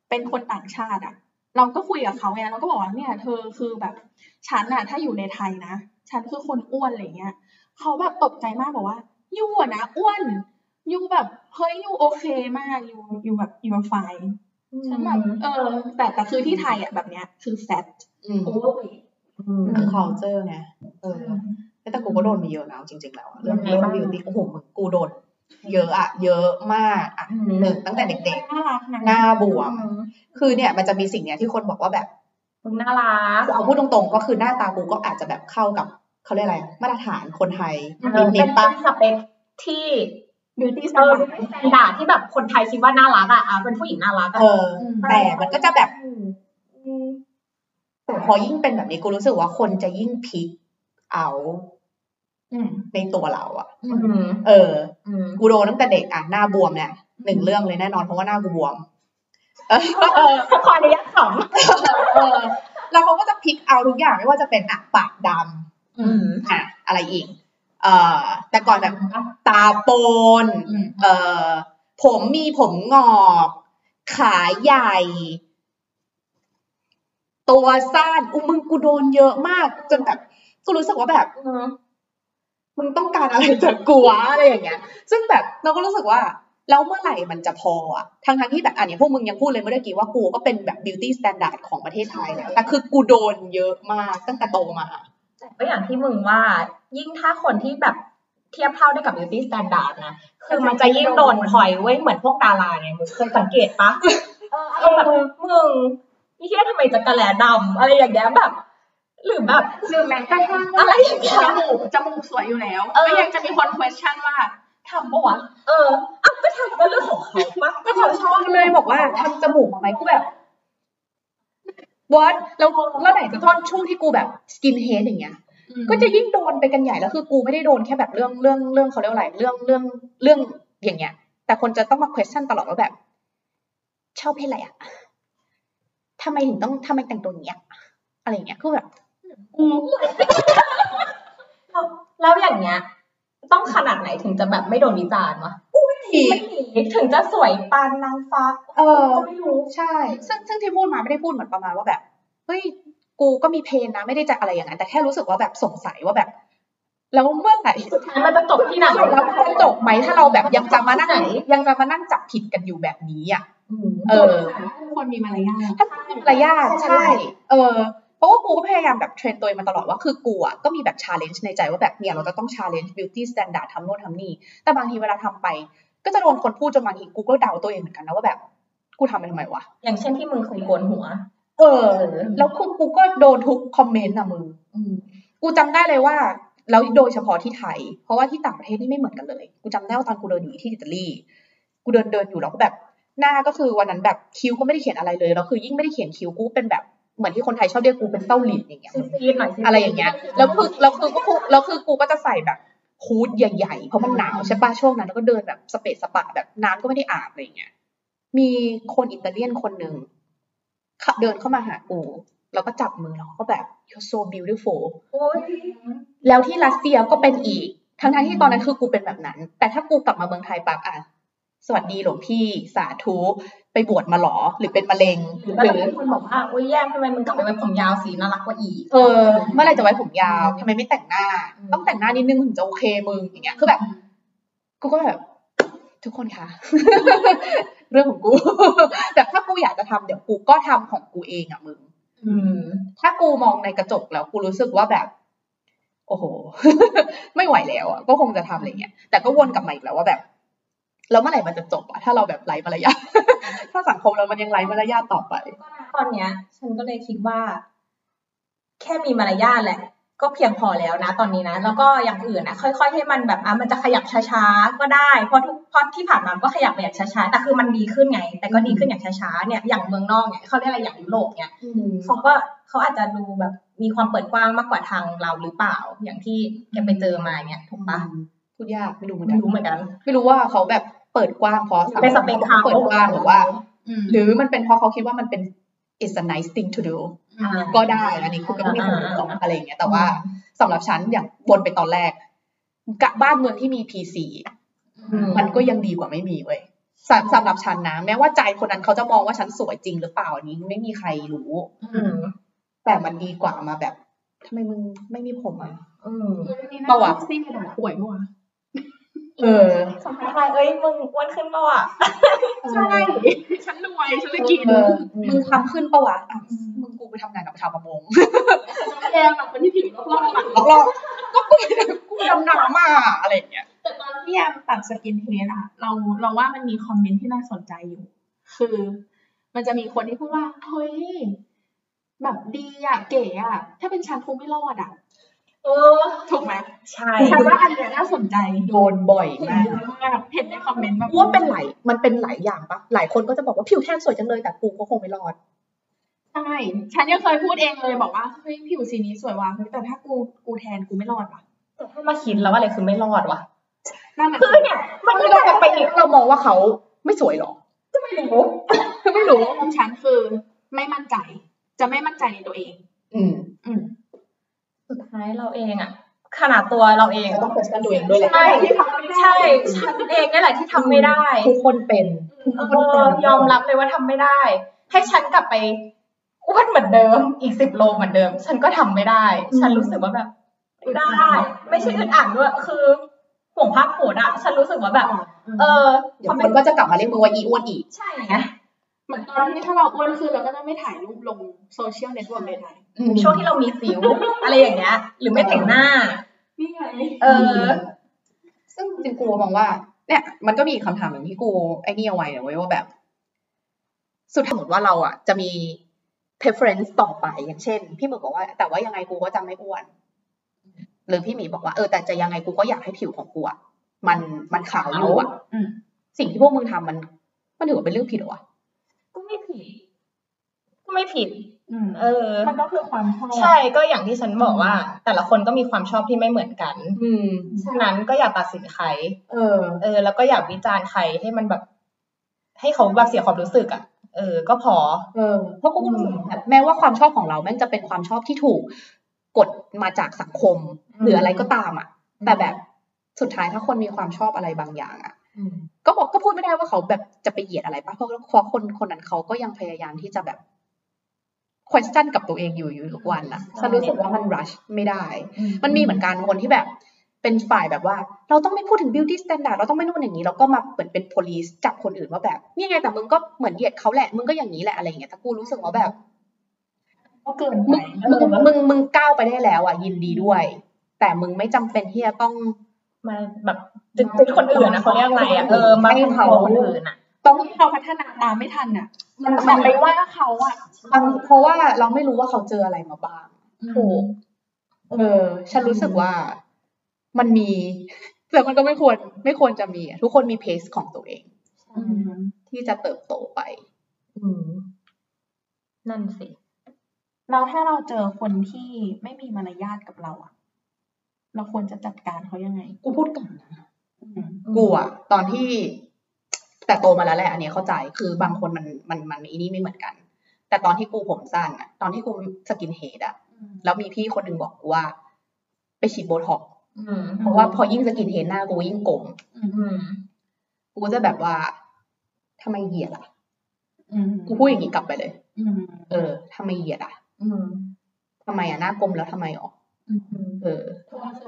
เป็นคนต่างชาติอ่ะ เราก็คุยกับเขาไงเราก็บอกว่าเนี่ยเธอคือแบบ ฉันอ่ะ ถ้าอยู่ในไทยนะ ฉันคือคนอ้วนอะไรเงี้ย เขาแบบตกใจมากบอกว่ายูอะนะอ้วน ยูแบบเฮ้ยยูโอเคมากยูยูแบบยูไฟฉันแบบเออ แต่แต่คือที่ไทยอ่ะแบบเนี้ย คือแฟต
อืม
โอเวอร์เวท
คือ culture ไงเออแต่กูก็โดนมาเยอะนะเอาจริง ๆ แล้วอะเรื่อง
ยัง
เรื่อง
ไงบ้าง
beauty โอ้โหมึงกูโดน เยอะอะ เยอะมากอะหนึ่งตั้งแต่เด็ก
น่ารักนะ
ๆ หน้าบวม
อืม
คือเนี่ยมันจะมีสิ่งเนี้ยที่คนบอกว่าแบบ
มึงน่ารัก
คือเอาพูดตรงๆ ก็คือหน้าตากูก็อาจจะแบบเข้ากับเขาเรียกอะไรอะมาตรฐานคนไทย
เออ
นิ
เป็น
ดๆปะ
สเปคที่
บิวตี้ส
เออ
ตา
เป็นสแตนดาร์ดที่แบบคนไทยคิดว่าน่ารักอ่ะอ่ะเป็นผู้หญิงน่ารักอะ
เออ แต่มันก็จะแบบ
อืมอืม
พอยิ่งเป็นแบบนี้กูรู้สึกว่าคนจะยิ่งพิกเอา
อืม
ในตัวเราอะ
อื
อื
ม
ม
เออ
อืม
กูโดนตั้งแต่เด็กอ่ะหน้าบวมเนี่ยหนึ่งเรื่องเลยแน่นอนเพราะว่าหน้ากูบวม เออเออ
ขออนุญาตข
เออแล้วเขาก็จะพิกเอาทุกอย่างไม่ว่าจะเป็นอ่ะปากด
ำอืม
ำอ่ะอะไรอีก เอ่อ แต่ก่อนแบบตาโปน
อืม
เอ่อ ผมมีผมงอก ขาใหญ่ ตัวสั้นอุ้มึงกูโดนเยอะมาก จนแบบกูรู้สึกว่าแบบ
อืม
มึงต้องการอะไรจากกูวะอะไรอย่างเงี้ย ซึ่งแบบเราก็รู้สึกว่าแล้วเมื่อไหร่มันจะพออะทั้งทั้งๆที่แบบอันนี้พวกมึงยังพูดเลยเมื่อกี้ว่ากูก็เป็นแบบ beauty standard ของประเทศไทยแล้วแต่คือกูโดนเยอะมากตั้งแต่โตมา
แต่ก็อย่างที่มึงว่ายิ่งถ้าคนที่แบบเทียบเท่าได้กับ beauty standard นะ คือมันจะยิ่งโดนพลอยเว้ยเหมือนพวกดาราไงมึงเคยสังเกตปะเอออารมณ์แบบมึงนี่เทียทำไมจะกระแหลดำอะไรอย่างเงี้ยแบบ หรือแบบ
หรือแม้กระทั่ง
อะไรอย่างเงี้ย
จมูกจมูกสวยอยู่แล้ว
เออ
ก็ยังจะมีคน question ว่าทำปะวะ
เออเอ้าก็ทำก็เรื่องของเขาปะก็
ก็เขา
ทำ
ชอบเลยบอกว่าทำจมูกมาไหมกูแบบ what แล้วแล้วไหนจะท่อนช่วงที่กูแบบ skin head อย่างเงี้ย ก็
ก็
จะ
จะ
ยิ่งโดนไปกันใหญ่แล้วคือกูไม่ได้โดนแค่แบบเรื่องเรื่องเรื่องเขาเรียกว่าอะไรเรื่องเรื่องเรื่องอย่างเงี้ย แต่คนจะต้องมา question ตลอดว่าแบบ ชอบเพศอะไรอ่ะทำไมถึงต้องทำไมแต่งตัวอย่างเงี้ยอะไรอย่างเงี้ยคือแบบกู
แล้วอย่างเงี้ย ต้องขนาดไหนถึงจะแบบไม่โดนวิจารณ์วะ
อีก
ไม่มีถึงจะสวยปานนางฟ้า
เออ
ก็ไม่รู้
ใช่ ซึ่งซึ่งที่พูดมาไม่ได้พูดเหมือนประมาณว่าแบบ เฮ้ย กูก็มีเพนนะ ไม่ได้จะอะไรอย่างนั้น แต่แค่รู้สึกว่าแบบสงสัยว่าแบบ แล้วเมื่อไห ร่
สุดท้ายมันจะจบที่ไหน
แล้วมันจะจบไหมถ้าเราแบบยังจะมานั่ง
ไหน
ยังจะมานั่งจับผิดกันอยู่แบบนี้อ่ะ
อืม
เออ
คนมีมารยาท
ถ้าเป็นมารยาทใช่ เออ เพราะว่ากูก็พยายามแบบเทรนตัวเองมาตลอดว่าคือกูอ่ะก็มีแบบชาเลนจ์ในใจว่าแบบเนี่ยเราจะต้องชาเลนจ์บิวตี้สแตนดาร์ดทำโน่นทำนี่ แต่บางทีเวลาทำไป ก็จะโดนคนพูดจนบางทีกูก็เดาตัวเองเหมือนกันนะว่าแบบ กูทำไปทำไมวะ
อย่างเช่นที่มึงเคยโกนหัว
เออ แล้วคุณกูก็โดนทุกคอมเมนต์อะมึง กูจำได้เลยว่า แล้วโดยเฉพาะที่ไทย เพราะว่าที่ต่างประเทศนี่ไม่เหมือนกันเลย กูจำได้ว่าตอนกูเดินอยู่ที่อิตาลี กูเดินเดินอยู่แล้วก็แบบ หน้าก็คือวันนั้นแบบคิ้วก็ไม่ได้เขียนอะไรเลย แล้วคือยิ่งไม่ได้เขียนคิ้วกูเป็นแบบเหมือนที่คนไทยชอบเรียกกูเป็นเต้าหลินอย่างเงี้ย
ซีดๆหน่อยซีดๆ
อะไรอย่างเงี้ย แล้วคือแล้วคือก็คือแล้วคือกูก็จะใส่แบบฮูดใหญ่ๆ เพราะมันหนาวใช่ป่ะช่วงนั้นแล้วก็เดินแบบสเปซสปะแบบน้ำก็ไม่ได้อาบอะไรอย่างเงี้ย มีคนอิตาเลียนคนหนึ่งเขาเดินเข้ามาหากูแล้วก็จับมือแล้วเขาก็แบบ you're so beautiful
โอ๊ย
แล้วที่รัสเซียก็เป็นอีก ทั้งๆที่ตอนนั้นคือกูเป็นแบบนั้น แต่ถ้ากูกลับมาเมืองไทยปั๊บอ่ะ สวัสดีหลวงพี่สาธุ ไปบวชมาหรอ หรือเป็นมะเร็ง
หรือ
ห
ว่า
รือ
มีคนบอกว่าอุ้ยแย่ทำไมมึงกลับไปไว้ผมยาวสีน่ารักกว่าอีก
เออเมื่อไหรจะไว้ผมยาวทำไมไม่แต่งหน้า
อืม
ต้องแต่งหน้านิดนึงถึงจะโอเคมึงอย่างเงี้ยคือแบบกูก็แบบ ทุกคนคะ เรื่องของกู แต่ถ้ากูอยากจะทำเดี๋ยวกูก็ทำของกูเองอะมึง
อืม
ถ้ากูมองในกระจกแล้วกูรู้สึกว่าแบบ โอ้โห ไม่ไหวแล้วอ่ะก็คงจะทำอะไรเงี้ยแต่ก็วนกลับมาอีกแล้วว่าแบบแล้วเมื่อไหร่มันจะจบอ่ะถ้าเราแบบไร้มารยาท ถ้าสังคมเรามันยังไร้มารยาทต่อไป
ตอนเนี้ย ฉันก็เลยคิดว่า แค่มีมารยาทแหละ ก็เพียงพอแล้วนะ ตอนนี้นะ แล้วก็อย่างอื่นนะค่อยๆให้มันแบบอ่ะมันจะขยับช้าๆก็ได้เพราะทุกเพราะที่ผ่านมาก็ขยับแบบช้าๆแต่คือมันดีขึ้นไง แต่ก็ดีขึ้นอย่างช้าๆเนี่ยอย่างเมืองนอกเนี่ยเขาเรียกอะไรอย่างยุโรปเนี่ย เขาก็เขาอาจจะดูแบบมีความเปิดกว้างมากกว่าทางเราหรือเปล่า อย่างที่แกไปเจอมาเนี่ยถูกปะ
พูดยากไม่รู้เหมือนกั
ไม่
น
รู้เหมือนกัน
ไม่รู้ว่าเขาแบบเปิดกว้างเพราะ
เป็นสเปค
เขา
เขา
เปิดกว้างหรือว่า
อืม
หรือมันเป็นเพราะเขาคิดว่ามันเป็น it's a nice thing to do
อืม
ก็ได้อันนี้คือก็ไม่ถูกหรอกอะไรอย่างเงี้ยแต่ว่าสำหรับฉันอย่างวนไปตอนแรกกะบ้านเมืองที่มี PC
อืม
มันก็ยังดีกว่าไม่มีเว้ยสำสำหรับฉันนะ แม้ว่าใจคนนั้นเขาจะมองว่าฉันสวยจริงหรือเปล่าอันนี้ไม่มีใครรู้
อืม
แต่มันดีกว่ามาแบบทำไมมึงไม่มีผมอ่ะ
อืม
คือเรื่องนี้
เปล่าวะ
น่าจะซีกระดาษป่วยปะวะ
เออ
สมัยใครเอ้ยมึงอ้วนขึ้นปะวะ
ใช่ฉันรวยฉันเลยกิน
เออ
อืม
มึงทำขึ้นปะวะอ่ะมึงกูไปทำงานกับชาวประมง
แกงแบบคนที่ผิวรอบๆอะ
รอบๆก็กูกูดำน้ำมาอะไรอย่างเงี้ย
แต่ตอนที่แอมตัดสกินเทสอะเราเราว่ามันมีคอมเมนต์ที่น่าสนใจอยู่ คือ มันจะมีคนที่พูดว่าเฮ้ยแบบดีอะเก๋อะถ้าเป็นฉันคงไม่รอดอะ
เออ
ถูกไหม
ใช่
ฉันว่าอันเนี้ยน่าสนใจ
โดนบ่อย
เห็น
มาก
เยอะมากเห็นในคอมเมนต์แบบ
กูว่าเป็นหลายมันเป็นหลายอย่างปะหลายคนก็จะบอกว่าผิวแทนสวยจังเลยแต่กูก็คงไม่รอด
ใช่ฉันยังเคยพูดเองเลยบอกว่าเฮ้ยผิวสีนี้สวยว่ะเฮ้ยแต่ถ้ากูกูแทนกูไม่รอดว่ะ
แต่ถ้ามาคิดแล้วว่าอะไรคือไม่รอดวะ
นั่นแหละ
คือเนี่ย มันก็
เรา
จะ
ไป
ไป
เรามองว่าเขาไม่สวยหรอ
ก็ไม่รู้
ไม่รู้ของฉันคือไม่มั่นใจ จะไม่มั่นใจในตัวเอง
อืม
อืม
สุดท้ายเราเองอะขนาดตัวเราเอง
เราต้องเ u e s t i o n ตัวเองด้วยแหละ
ใช่ใช่ฉันเองนี่แหละที่ทำไม่ได้
ทุกคนเป็นทุก
เอ
คนเป็น
อยอมรับเลยว่าทำไม่ได้ ให้ฉันกลับไปอ้วนเหมือนเดิม อีกสิบโลเหมือนเดิม ฉันก็ทำไม่ได้ ฉันรู้สึกว่าแบบไม่ได้ ไม่ใช่อึดอัดด้วยคือห่วงภาพโหดอะฉันรู้สึกว่าแบบ เออ
เดี๋ย
คว วา
ค
มเป็น
นก็จะกลับมาเรียกมึงว่าอีอ้วนอีก
ใช่ไง
เหมือนตอนที่ถ้าเราอ้วนขึ้นเราก็จะไม่ถ่ายรูปลงโซเชียลเน็ตเวิร์กใด
ช่วงที่เรามีสิว อะไรอย่างเงี้ย หรือไม่แต่งหน้า
ๆนี่ไง
เออ
ซึ่งจริงๆกูมองว่า เนี่ย มันก็มีอีกคำถามหนึ่งที่กูไอ้นี่เอาไว้นะเว้ยว่าแบบ สุดท้ายสมมติว่าเราอ่ะ จะมี preference ต่อไปอย่างเช่น พี่หมึกบอกว่า แต่ว่ายังไงกูก็จะไม่อ้วน หรือพี่หมีบอกว่าเออแต่จะยังไงกูก็อยากให้ผิวของกูอ่ะมันมันขาวอยู่อ่ะ
อืม
สิ่งที่พวกมึงทำมัน มันถือว่าเป็นเรื่องผิดเหรอวะ
ก็ไม่ผิด ก็ไม่ผิด
อืม
เออ
มันก็คือความชอบ
ใช่ก็อย่างที่ฉันบอกว่า แต่ละคนก็มีความชอบที่ไม่เหมือนกัน
อืม
ฉะนั้นก็อย่าตัดสินใคร
เออ
เออแล้วก็อยากวิจารณ์ใครให้มันแบบ ให้เขาแบบเสียความรู้สึกอ่ะ เออ ก็พอ
เออเพราะกูก็รู้สึกแบบแม้ว่าความชอบของเราแม่งจะเป็นความชอบที่ถูกกดมาจากสังคม หรืออะไรก็ตามอ่ะ แต่แบบสุดท้ายถ้าคนมีความชอบอะไรบางอย่างอ่ะ ก็บอกก็พูดไม่ได้ว่าเขาแบบจะไปเหยียดอะไรปะเพราะเพราะคนคนนั้นเขาก็ยังพยายามที่จะแบบ question กับตัวเองอยู่อยู่ทุกวันอ่ะฉันรู้สึกว่ามัน rush ไม่ได้ มันมีเหมือนกันคนที่แบบ เป็นฝ่ายแบบว่า เราต้องไม่พูดถึง beauty standard เราต้องไม่นู่นอย่างนี้ แล้วก็มาเหมือนเป็น police จับคนอื่นว่าแบบนี่ไงแต่มึงก็เหมือนเหยียดเขาแหละมึงก็อย่างนี้แหละอะไรอย่างเงี้ยแต่กูรู้สึกว่าแบบ
ก็เกิน
มึ
ไป
งมึงมึงมึงก้าวไปได้แล้วอ่ะยินดีด้วย แต่มึงไม่จำเป็นที่จะต้อง
มาแบบจุดจุดคนอื่นนะเขาเรียกอะไรอ่ะ เออ มา
ให้เขา
โกงคนอื่นอ่ะ
ต้อง
ที่เราพัฒนาตามไม่ทันอ่ะ
มัน
มั
มัน น
ไปว่าเขาอ่ะ
บางเพราะว่าเราไม่รู้ว่าเขาเจออะไรมาบ้าง
ถูก
เออ ฉันรู้สึกว่ามันมี แต่มันก็ไม่ควร ไม่ควรจะมีอะทุกคนมีเพสของตัวเอง
อืม
ที่จะเติบโตไป
อืม นั่นสิ
เราถ้าเราเจอคนที่ไม่มีมารยาทกับเราอ่ะ เราควรจะจัดการเขายังไง
กูพูดก่อนนะ
อืม
กูอะตอนที่แต่โตมาแล้วแหละอันเนี้ยเข้าใจคือบางคนมันมันมันอีนี่ไม่เหมือนกัน แต่ตอนที่กูผมสั้นอะตอนที่กูสกินเฮดอะแล้วมีพี่คนหนึ่งบอกกูว่า ไปฉีดโบท็อกซ์
อืม
เพราะว่าพอยิ่งสกินเฮดหน้ากูยิ่งกลม
อืม
อืม
กูจะแบบว่าทำไมเหยียดอะ
อืม
กูพูดอย่างนี้กลับไปเลย
อืม
เออทำไมเหยียดอะ
อืม
ทำไมอะหน้ากลมแล้วทำไมอ๋อ
อืม
เออ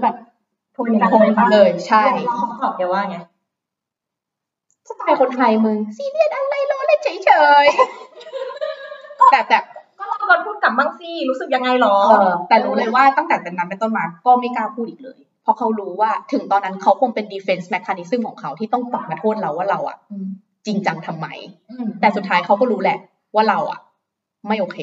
แบบ
ทุกคน
เลยใช่
เราขอตอบแกว่าไง สไตล์คนไทยมึงซีเรียสอะไรล้อเล่นเฉย
แต่แต่
ๆก็ลองโดนพูดกลับบ้างสิรู้สึกยังไงหรอ
เออแต่รู้เลยว่าตั้งแต่เป็นนั้นเป็นต้นมาก็ไม่กล้าพูดอีกเลย เพราะเขารู้ว่าถึงตอนนั้นเขาคงเป็น defense mechanism ของเขาที่ต้องกลับมาโทษเราว่าเราอะ
อืม
จริงจังทำไม
อืม
แต่สุดท้ายเขาก็รู้แหละว่าเราอะไม่โอเค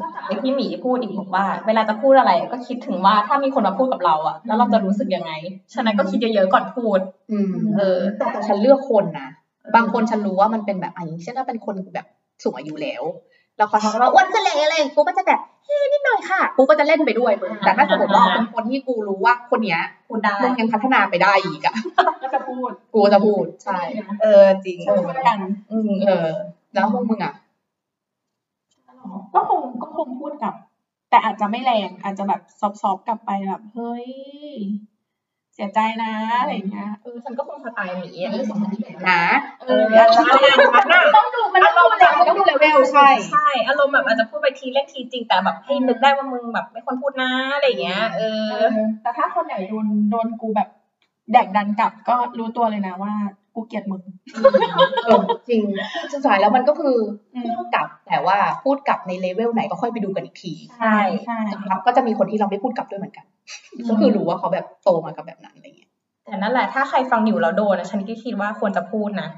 ก็กลับไปที่หมีพูดอีกบอกว่า เวลาจะพูดอะไรก็คิดถึงว่าถ้ามีคนมาพูดกับเราอะแล้วเราจะรู้สึกยังไง ฉะนั้นก็คิดเยอะๆก่อนพูด
อืม
เออ
แต่แต่ฉันเลือกคนนะ บางคนฉันรู้ว่ามันเป็นแบบอันนี้เช่นว่าเป็นคนแบบสูงอายุแล้ว แล้วเขาทักว่าอ้วนจะเละอะไรกูก็จะแบบเฮ้ยนิดหน่อยค่ะ กูก็จะเล่นไปด้วยมึงแต่ถ้าสมมติว่าเป็นคนที่กูรู้ว่าคนเนี้ย
พูดได้
มึงยังพัฒนาไปได้อีกอะ
ก็จะพูด
กูจะพูดใช่
เออจริง
ช่วยกัน
อืม
เออ แล้วพวกมึงอะ
ก็คงก็คงพูดกับ แต่อาจจะไม่แรงอาจจะแบบซอบๆกลับไปแบบเฮ้ย เสียใจนะอะไรอย่างเงี้ย
เออฉันก็คงสไตล์หมีอะสองคนที่เป็น
นะ
เอออาจจะอะไรอย่างนั้นอะ
ต้องดูมัน
อาร
ต้อง
มณ์แบบ
ต้องดูเลเวลใช่
ใช่อารมณ์แบบอาจจะพูดไปทีเล่นทีจริงแต่แบบให้นึกได้ว่ามึงแบบไม่ควรพูดนะอะไรอย่างเงี้ยเออ
แต่ถ้าคนไหนโดนโดนกูแบบ แดกดันกลับก็รู้ตัวเลยนะว่า กูเกลียดมึง
เออจริงสุดท้ายแล้วมันก็คือพูดกลับแต่ว่าพูดกลับในเลเวลไหนก็ค่อยไปดูกันอีกที
ใช่
ใช่
ครับก็จะมีคนที่เราไม่พูดกลับด้วยเหมือนกัน ก็คือรู้ว่าเขาแบบโตมากับแบบนั้นอะไรเงี้ย
แต่นั่นแหละถ้าใครฟังอยู่แล้วโดนนะฉันก็คิดว่าควรจะพูดนะ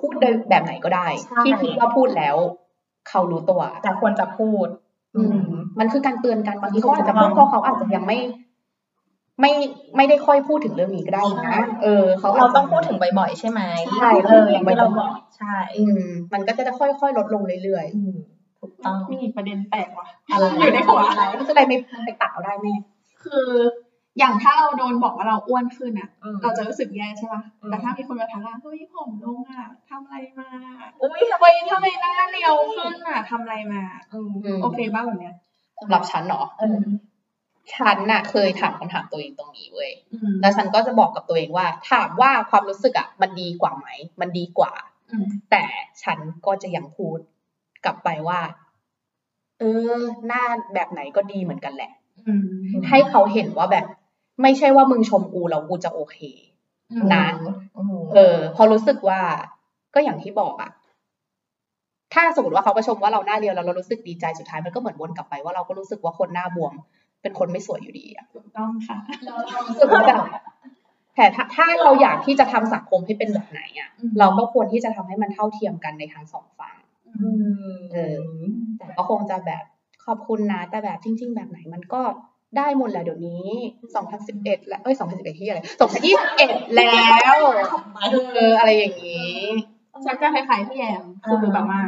พูดโดยแบบไหนก็ได้
ใช่
ที่คิดว่าพูดแล้ว เขารู้ตัว
แต่ควรจะพูด
อืม มันคือการเตือนกันบางทีเขาอาจจะพูดเพราะเขาอาจจะยังไม่ ไม่ไม่ได้ค่อยพูดถึงเรื่องนี้ก็ได้
ใช่
นะเออ เขาจจะ
เราต้องพูดถึงบ่อยๆ ใช่ไหม
ใช่
เอออย่างที่เราบอกใช่
อืม มันก็จะค่อยๆลดลงเรื่อย
อืมถูกต้อง
มีอีกประเด็นแปลกว่ะ
ๆอะไร
อยู่ในหัว
อะไรก็จะได้ไม่ไปตัดเอาได้แม่
คือ อย่างถ้าเราโดนบอกว่าเราอ้วนขึ้นอ่ะ
อืม
เราจะรู้สึกแย่ใช่ป่ะ
อืม
แต่ถ้ามีคนมาทักว่าเฮ้ยผอมลงอ่ะทำอะไรมา
อุ้ย
ทำไมทำไมหน้าเรียวขึ้นอ่ะทำอะไรมา
อืม
โอเคบ้างแบบเนี้ย
สำหรับฉันเนาะ
เออ
ฉันน่ะ เคยถามคำถามตัวเองตรงนี้เว้ย
อืม
แล้วฉันก็จะบอกกับตัวเองว่า ถามว่าความรู้สึกอ่ะ มันดีกว่าไหม มันดีกว่า
อืม
แต่ฉันก็จะยังพูดกลับไปว่า เออ หน้าแบบไหนก็ดีเหมือนกันแหละ
อืม
ให้เขาเห็นว่าแบบ ไม่ใช่ว่ามึงชมกูแล้วกูจะโอเค
อืม
นะ
อืม
เออ พอรู้สึกว่า ก็อย่างที่บอกอะถ้าสมมติว่าเขาประชมว่าเราหน้าเรียวแล้วเรารู้สึกดีใจสุดท้ายมันก็เหมือนวนกลับไปว่าเราก็รู้สึกว่าคนหน้าบวม เป็นคนไม่สวยอยู่ดีอะ
ถูกต้องค่ะ
รู้สึกว่าแบบแต่ถ้าถ้าเราอยากที่จะทำสังคมให้เป็นแบบไหนอะ
อืม
เราก็ควรที่จะทำให้มันเท่าเทียมกันในทั้งสองฝั่ง
อืม
เออ แต่ก็คงจะแบบขอบคุณนะ แต่แบบจริง ๆ แบบไหนมันก็ได้หมดแหละเดี๋ยวนี้ 2011 แล้วเอ้ย 2011ที่อะไร2021 แล้วเอออะไรอย่างนี้
ฉันจะคล้ายๆพี่แยมคือแบบว่า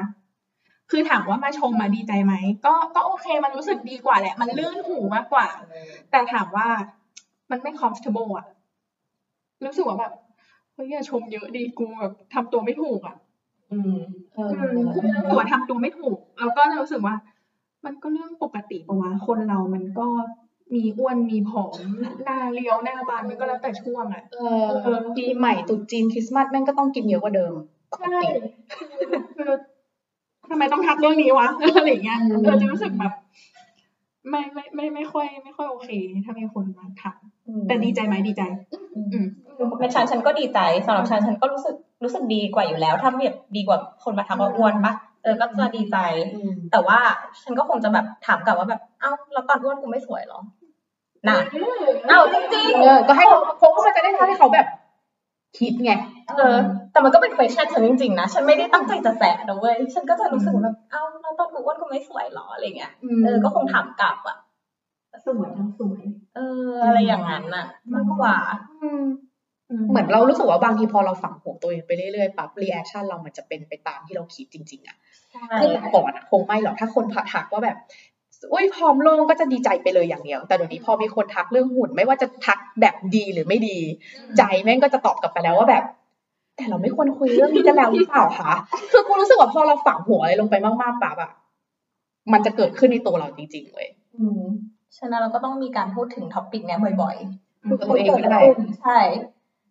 คือถามว่ามาชมมาดีใจไหม ก็ก็โอเคมันรู้สึกดีกว่าแหละ มันลื่นหูมากกว่า แต่ถามว่ามันไม่ comfortable อะรู้สึกว่าแบบเฮ้ยอย่าชมเยอะดีกูแบบทำตัวไม่ถูกอะ
อืม
เออ
คือรู้สึกว่าทำตัวไม่ถูกแล้วก็เลยรู้สึกว่า มันก็เรื่องปกติปะวะคนเรามันก็มีอ้วนมีผอมหน้าเรียวหน้าบานมันก็แล้วแต่ช่วงอะ
เออปีใหม่ตรุษจีนคริสต์มาสแม่งก็ต้องกินเยอะกว่าเดิมปก
ใช่
ติ
คือทำไมต้องทักเรื่องนี้วะ อะไรอย่างเงี้ย
อืม
เราจะรู้สึกแบบ ไม่ไม่ไม่ไม่ค่อย ไม่ค่อยโอเค ถ้ามีคนมาทักแต่ดีใจไหมดีใจ อืม
เป็นฉันฉันก็ดีใจสำหรับฉันฉันก็รู้สึกรู้สึกดีกว่าอยู่แล้ว ถ้าแบบดีกว่าคนมาทักว่าอ้วนปะเออก็จะดีใจ แต่ว่าฉันก็คงจะแบบถามกลับว่าแบบเอ้าแล้วตอนอ้วนกูไม่สวยเหรอน่ะ เอ้าจริง
เออ ก็ให้เขาเพราะว่ามันจะได้ทำให้เขาแบบ คิดไง
ๆเออ แต่มันก็เป็น question ฉันจริงๆนะ ฉันไม่ได้ตั้งใจจะแสะนะเว้ย ฉันก็จะรู้สึกว่าแบบเอ้าแล้วตอนกูอ้วนกูไม่สวยเหรออะไรเงี้ย
อืม
เออ ก็คงถามกลับอ่ะ
สวยทั้งสวย
เออ อะไรอย่างนั้นน่ะมากกว่า
อืมเหมือนเรารู้สึกว่าบางทีพอเราฝังหัวตัวเองไปเรื่อยๆปั๊บรีแอคชั่นเรามันจะเป็นไปตามที่เราคิดจริงๆอ่ะ
ใช่
คือแต่ก่อนอ่ะคงไม่หรอกถ้าคนทักว่าแบบอุ้ยผอมลงก็จะดีใจไปเลยอย่างเดียว แต่เดี๋ยวนี้พอมีคนทักเรื่องหุ่น ไม่ว่าจะทักแบบดีหรือไม่ดี ใจแม่งก็จะตอบกลับไปแล้วว่าแบบ แต่เราไม่ควรคุยเรื่องนี้กันแล้วหรือเปล่าคะ คือกูรู้สึกว่าพอเราฝังหัวอะไรลงไปมากๆปั๊บอะมันจะเกิดขึ้นในตัวเราจริงๆเว้ย
อืมฉะนั้นเราก็ต้องมีการพูดถึงท็อปิกเนี้ยบ่อยๆ
คุยกับตัวเองก็ได้
ใช่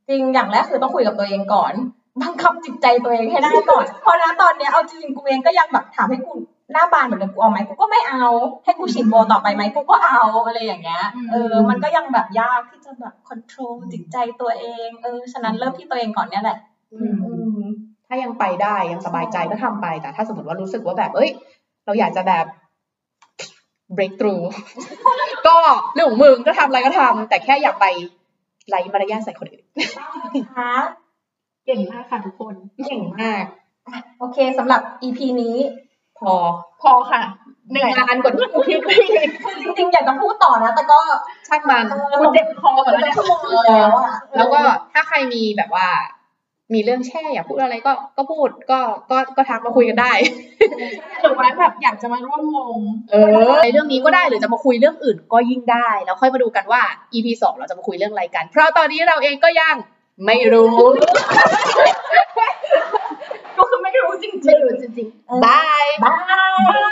จริงอย่างแรกคือต้องคุยกับตัวเองก่อน บังคับจิตใจตัวเองให้ได้ก่อน เพราะนะตอนเนี้ยเอาจริงๆกูเองก็ยังแบบถามให้กูหน้าบานเหมือนเดิมกูเอาไหมกูก็ไม่เอา ให้กูฉีดโบต่อไปไหมกูก็เอาอะไรอย่างเงี้ย เออ มันก็ยังแบบยากที่จะแบบควบคุมจิตใจตัวเอง เออ ฉะนั้นเริ่มที่ตัวเองก่อนเนี่ยแหละ อืม
ถ้ายังไปได้ยังสบายใจก็ทำไป แต่ถ้าสมมติว่ารู้สึกว่าแบบ เอ้ย เราอยากจะแบบ breakthrough ก็เรื่องของมึงก็ทำอะไรก็ทำแต่แค่อย่าไปไร้มารยาทใส่คนอื่น
คะ
เก่งมากค่ะทุกคน
เก่งมาก
โอเคสำหรับ EP นี้
พอ
พอค่ะ เหนื่อย
งานกว่าที่กูคิด อีก
คือจริงๆ อยากจะพูดต่อนะ แต่ก็
ช่างมัน
Ờ,
กูเจ็บคอหมดแล้
เป็
ว
น
เนี่ย
ชั่วโมงแล้วอะ
แล้วก็ถ้าใครมีแบบว่า มีเรื่องแช่อยากพูดอะไรก็ก็พูดก็ก็ก็ทักมาคุยกันได้
หรือว่าแบบอยากจะมาร่วมวง
เออในเรื่องนี้ก็ได้หรือจะมาคุยเรื่องอื่นก็ยิ่งได้ แล้วค่อยมาดูกันว่า EP สองเราจะมาคุยเรื่องอะไรกัน เพราะตอนนี้เราเองก็ยังไม่รู้
ก็คือไม่รู้จริงๆ
บาย
Ờ. Bye.